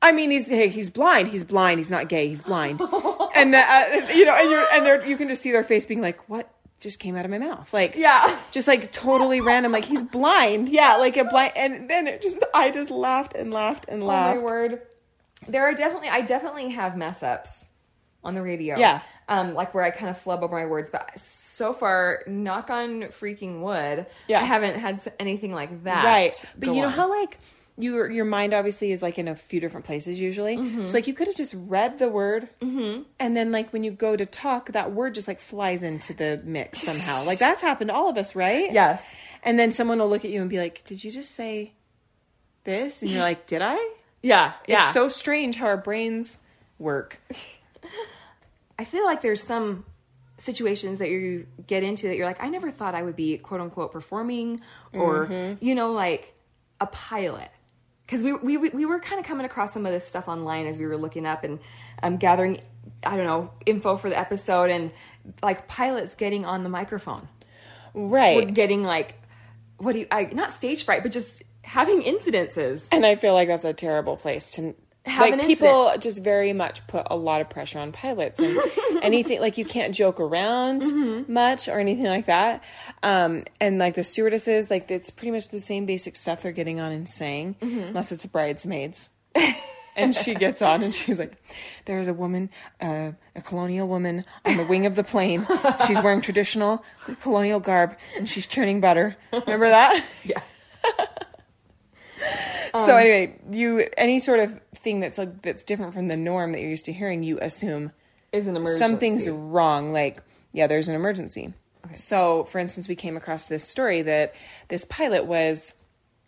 S1: I mean, he's hey, he's blind. He's blind. He's not gay. He's blind. and the, uh, you know, and you're and they're, you can just see their face being like, what just came out of my mouth? Like,
S2: Yeah.
S1: just like totally random. Like he's blind. Yeah, like a blind. And then it just, I just laughed and laughed and laughed.
S2: Oh my word, there are definitely I definitely have mess ups on the radio.
S1: Yeah.
S2: um, like where I kind of flub over my words, but so far, knock on freaking wood,
S1: Yeah.
S2: I haven't had s- anything like that.
S1: right but
S2: go
S1: you know
S2: on.
S1: how like your your mind obviously is like in a few different places usually
S2: Mm-hmm.
S1: so like you could have just read the word and then like when you go to talk that word just like flies into the mix somehow like that's happened to all of us right
S2: Yes.
S1: and then someone will look at you and be like did you just say this and you're like did i
S2: Yeah, yeah.
S1: it's so strange how our brains work
S2: I feel like there's some situations that you get into that you're like, I never thought I would be quote unquote performing or,
S3: Mm-hmm.
S2: you know, like a pilot. Because we, we, we were kind of coming across some of this stuff online as we were looking up and um, gathering, I don't know, info for the episode and like pilots getting on the microphone or
S1: right
S2: getting like, what do you, I, not stage fright, but just having incidences.
S1: And I feel like that's a terrible place to
S2: Have
S1: like
S2: an incident.
S1: people just very much put a lot of pressure on pilots and anything like you can't joke around
S2: Mm-hmm.
S1: much or anything like that. Um, and like the stewardesses, like it's pretty much the same basic stuff they're getting on and saying,
S2: Mm-hmm.
S1: unless it's bridesmaids. and she gets on and she's like, "There is a woman, uh, a colonial woman, on the wing of the plane. She's wearing traditional colonial garb and she's churning butter. Remember that?"
S2: Yeah. Um,
S1: so anyway, you any sort of thing that's like that's different from the norm that you're used to hearing, you assume
S2: Is an emergency.
S1: something's wrong. Like, yeah, there's an emergency. So, for instance, we came across this story that this pilot was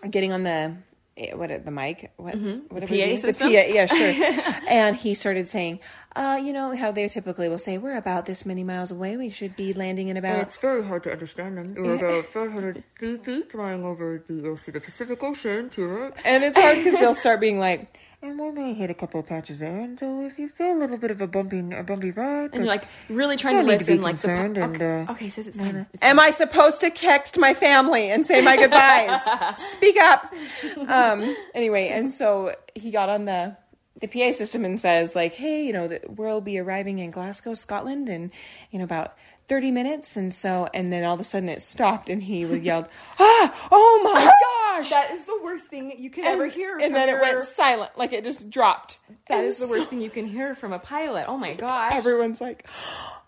S1: getting on the eh, what the mic what whatever
S2: PA
S1: it is,
S2: system?
S1: PA, yeah, sure. and he started saying, uh, you know how they typically will say, "We're about this many miles away. We should be landing in about."
S3: It's very hard to understand them. We're about 500 feet flying over the ocean, the Pacific Ocean, to Europe.
S1: And it's hard because they'll start being like,
S3: And we may hit a couple of patches there, and so if you feel a little bit of a bumpy, a bumpy ride,
S2: And you're like really trying
S3: No
S2: to
S3: need to be
S2: listen, like the
S3: concerned
S2: okay,
S3: and, uh,
S2: okay, says it's time. It's
S1: Am I supposed to text my family and say my goodbyes? Speak up. Um, anyway, and so he got on the the PA system and says like, "Hey, you know, that we'll be arriving in Glasgow, Scotland, in you know about." 30 minutes and so and then all of a sudden it stopped and he would yelled ah oh my gosh
S2: That is the worst thing you can ever hear.
S1: and
S2: from
S1: then it
S2: your-
S1: went silent like it just dropped
S2: That
S1: And
S2: is the
S1: so-
S2: worst thing you can hear from a pilot. Oh my gosh!
S1: everyone's like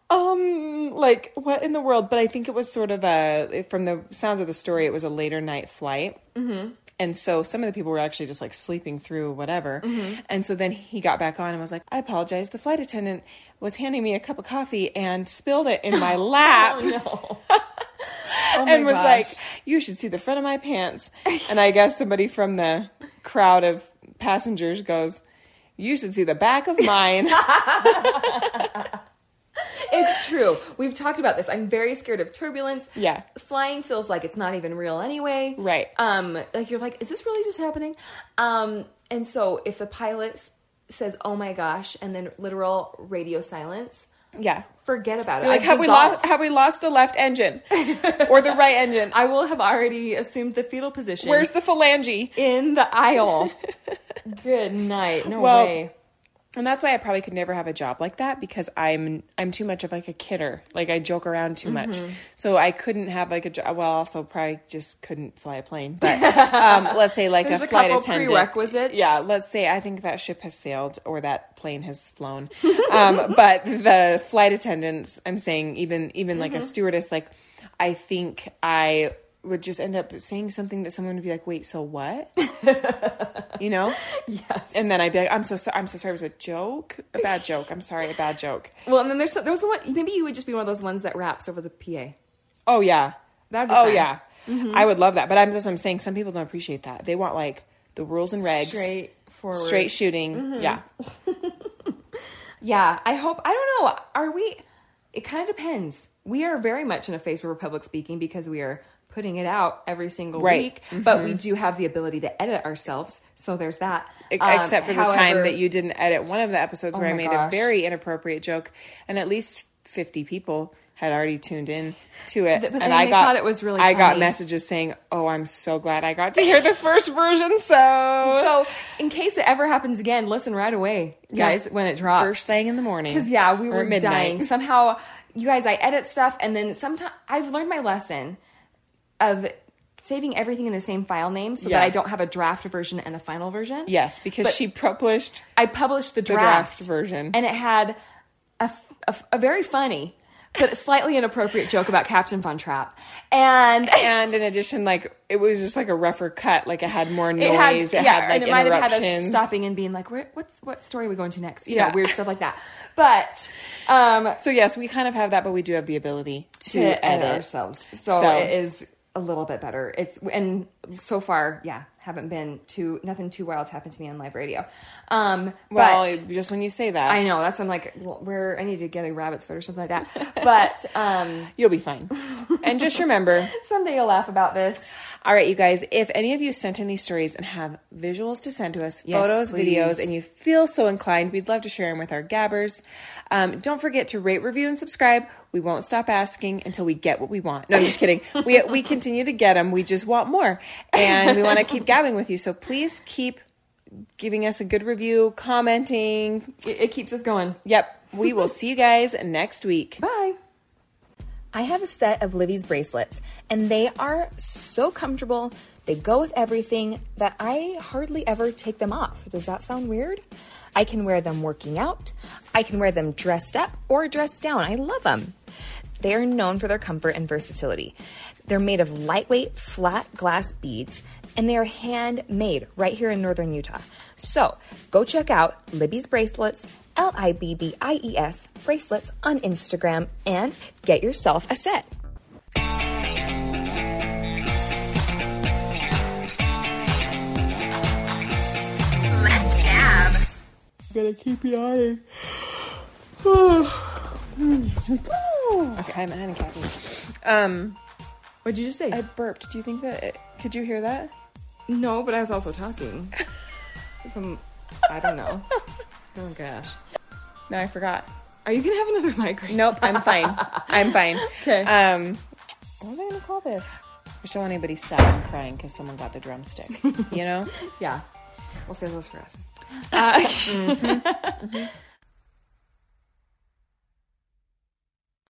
S1: um like what in the world but i think it was sort of a from the sounds of the story it was a later night flight mm-hmm. and so some of the people were actually just like sleeping through whatever
S2: Mm-hmm.
S1: and so then he got back on and was like i apologize the flight attendant was handing me a cup of coffee and spilled it in my lap
S2: Oh my
S1: and was
S2: gosh.
S1: like you should see the front of my pants and i guess somebody from the crowd of passengers goes you should see the back of mine
S2: it's true. We've talked about this. I'm very scared of turbulence.
S1: Yeah.
S2: Flying feels like it's not even real anyway.
S1: Right.
S2: Um, like you're like, is this really just happening? Um, and so if the pilot s- says, "Oh my gosh," and then literal radio silence,
S1: Yeah.
S2: forget about it.
S1: Like
S2: I've
S1: have we
S2: dissolved.
S1: lost have we lost the left engine or the right engine?
S2: I will have already assumed the fetal position.
S1: Where's the phalange?
S2: in the aisle? Good night. No
S1: Well,
S2: way.
S1: And that's why I probably could never have a job like that because I'm I'm too much of like a kidder. Like I joke around too much.
S2: Mm-hmm.
S1: So I couldn't have like a job. Well, also probably just couldn't fly a plane. But um, let's say like
S2: There's
S1: a
S2: a
S1: flight
S2: couple
S1: attendant.
S2: prerequisites.
S1: Yeah, let's say I think that ship has sailed or that plane has flown. um, but the flight attendants, I'm saying even even like
S2: Mm-hmm.
S1: a stewardess, like I think I would just end up saying something that someone would be like, "Wait, so what?" you know?
S2: Yes.
S1: And then I'd be like, I'm so sorry. I'm so sorry. It was a joke. A bad joke. I'm sorry. A bad joke.
S2: Well, and then there's there was the one. Maybe you would just be one of those ones that raps over the PA.
S1: Oh, yeah.
S2: That'd be Mm-hmm.
S1: Oh,
S2: fun.
S1: yeah. I would love that. But I'm just, I'm saying some people don't appreciate that. They want like the rules and regs, straight,
S2: Straight forward. Mm-hmm.
S1: shooting. Yeah.
S2: Yeah, I hope. I don't know. Are we? It kind of depends. We are very much in a phase where we're public speaking because we are putting it out every single
S1: Right. Mm-hmm.
S2: week, but we do have the ability to edit ourselves. So there's that.
S1: E-
S2: Um,
S1: Except for the time
S2: however- Oh
S1: that you didn't edit one of the episodes where I
S2: my
S1: made
S2: gosh.
S1: a very inappropriate joke and at least 50 people had already tuned in to it
S2: Th- but then
S1: and I
S2: they
S1: got
S2: thought it was really
S1: I got
S2: funny.
S1: messages saying, "Oh, I'm so glad I got to hear the first version." So,
S2: So in case it ever happens again, listen right away,
S1: Yeah.
S2: guys, when it drops.
S1: first thing in the morning.
S2: Because yeah, we
S1: Or
S2: were
S1: midnight.
S2: dying. Somehow, you guys, I edit stuff, and then sometimes I've learned my lesson of saving everything in the same file name so
S1: Yeah.
S2: that I don't have a draft version and a final version.
S1: Yes, because
S2: But-
S1: she published
S2: I published the draft,
S1: draft version.
S2: and it had a, f- a f- a very funny but slightly inappropriate joke about Captain Von Trapp, and.
S1: and in addition, like it was just like a rougher cut. Like it had more
S2: It
S1: noise.
S2: had,
S1: It had,
S2: yeah,
S1: like
S2: and it might have
S1: interruptions.
S2: had us stopping and being like, Where, "What's what story are we going to next?" You
S1: Yeah.
S2: know, weird stuff like that. But um,
S1: So yes, we kind of have that, but we do have the ability to,
S2: to edit,
S1: edit.
S2: ourselves. So,
S1: So-
S2: it is a little bit better. It's and so far, yeah, haven't been too nothing too wild's happened to me on live radio. Um,
S1: Well,
S2: but
S1: just when you say that,
S2: I know that's when I'm like well, where I need to get a rabbit's foot or something like that. but um,
S1: you'll be fine. and just remember,
S2: someday you'll laugh about this.
S1: all right, you guys. If any of you sent in these stories and have visuals to send to us,
S2: Yes,
S1: photos,
S2: please.
S1: videos, and you feel so inclined, we'd love to share them with our gabbers. Um, don't forget to rate, review, and subscribe. We won't stop asking until we get what we want. No, I'm just kidding. We we continue to get them. We just want more, and we want to keep gabbing with you. So please keep giving us a good review, commenting.
S2: It, it keeps us going.
S1: Yep, we will see you guys next week.
S2: Bye.
S4: I have a set of Livy's bracelets, and they are so comfortable. They go with everything that I hardly ever take them off. Does that sound weird? I can wear them working out. I can wear them dressed up or dressed down. I love them. They are known for their comfort and versatility. They're made of lightweight, flat glass beads, and they are handmade right here in northern Utah. So go check out Libby's Bracelets, L I B B I E S, bracelets on Instagram, and get yourself a set.
S1: Okay, I'm Anna Kathy.
S2: What'd you just say?
S1: Um, I burped. Do you think that? It, could you hear that?
S2: no, but I was also talking. Some, I don't know. oh gosh.
S1: No, I forgot.
S2: Are you gonna have another migraine?
S1: Nope, I'm fine. I'm fine.
S2: Okay.
S1: Um, what am I gonna call this? I just don't want anybody sad and crying because someone got the drumstick. You know.
S2: Yeah. We'll save those for us. Uh,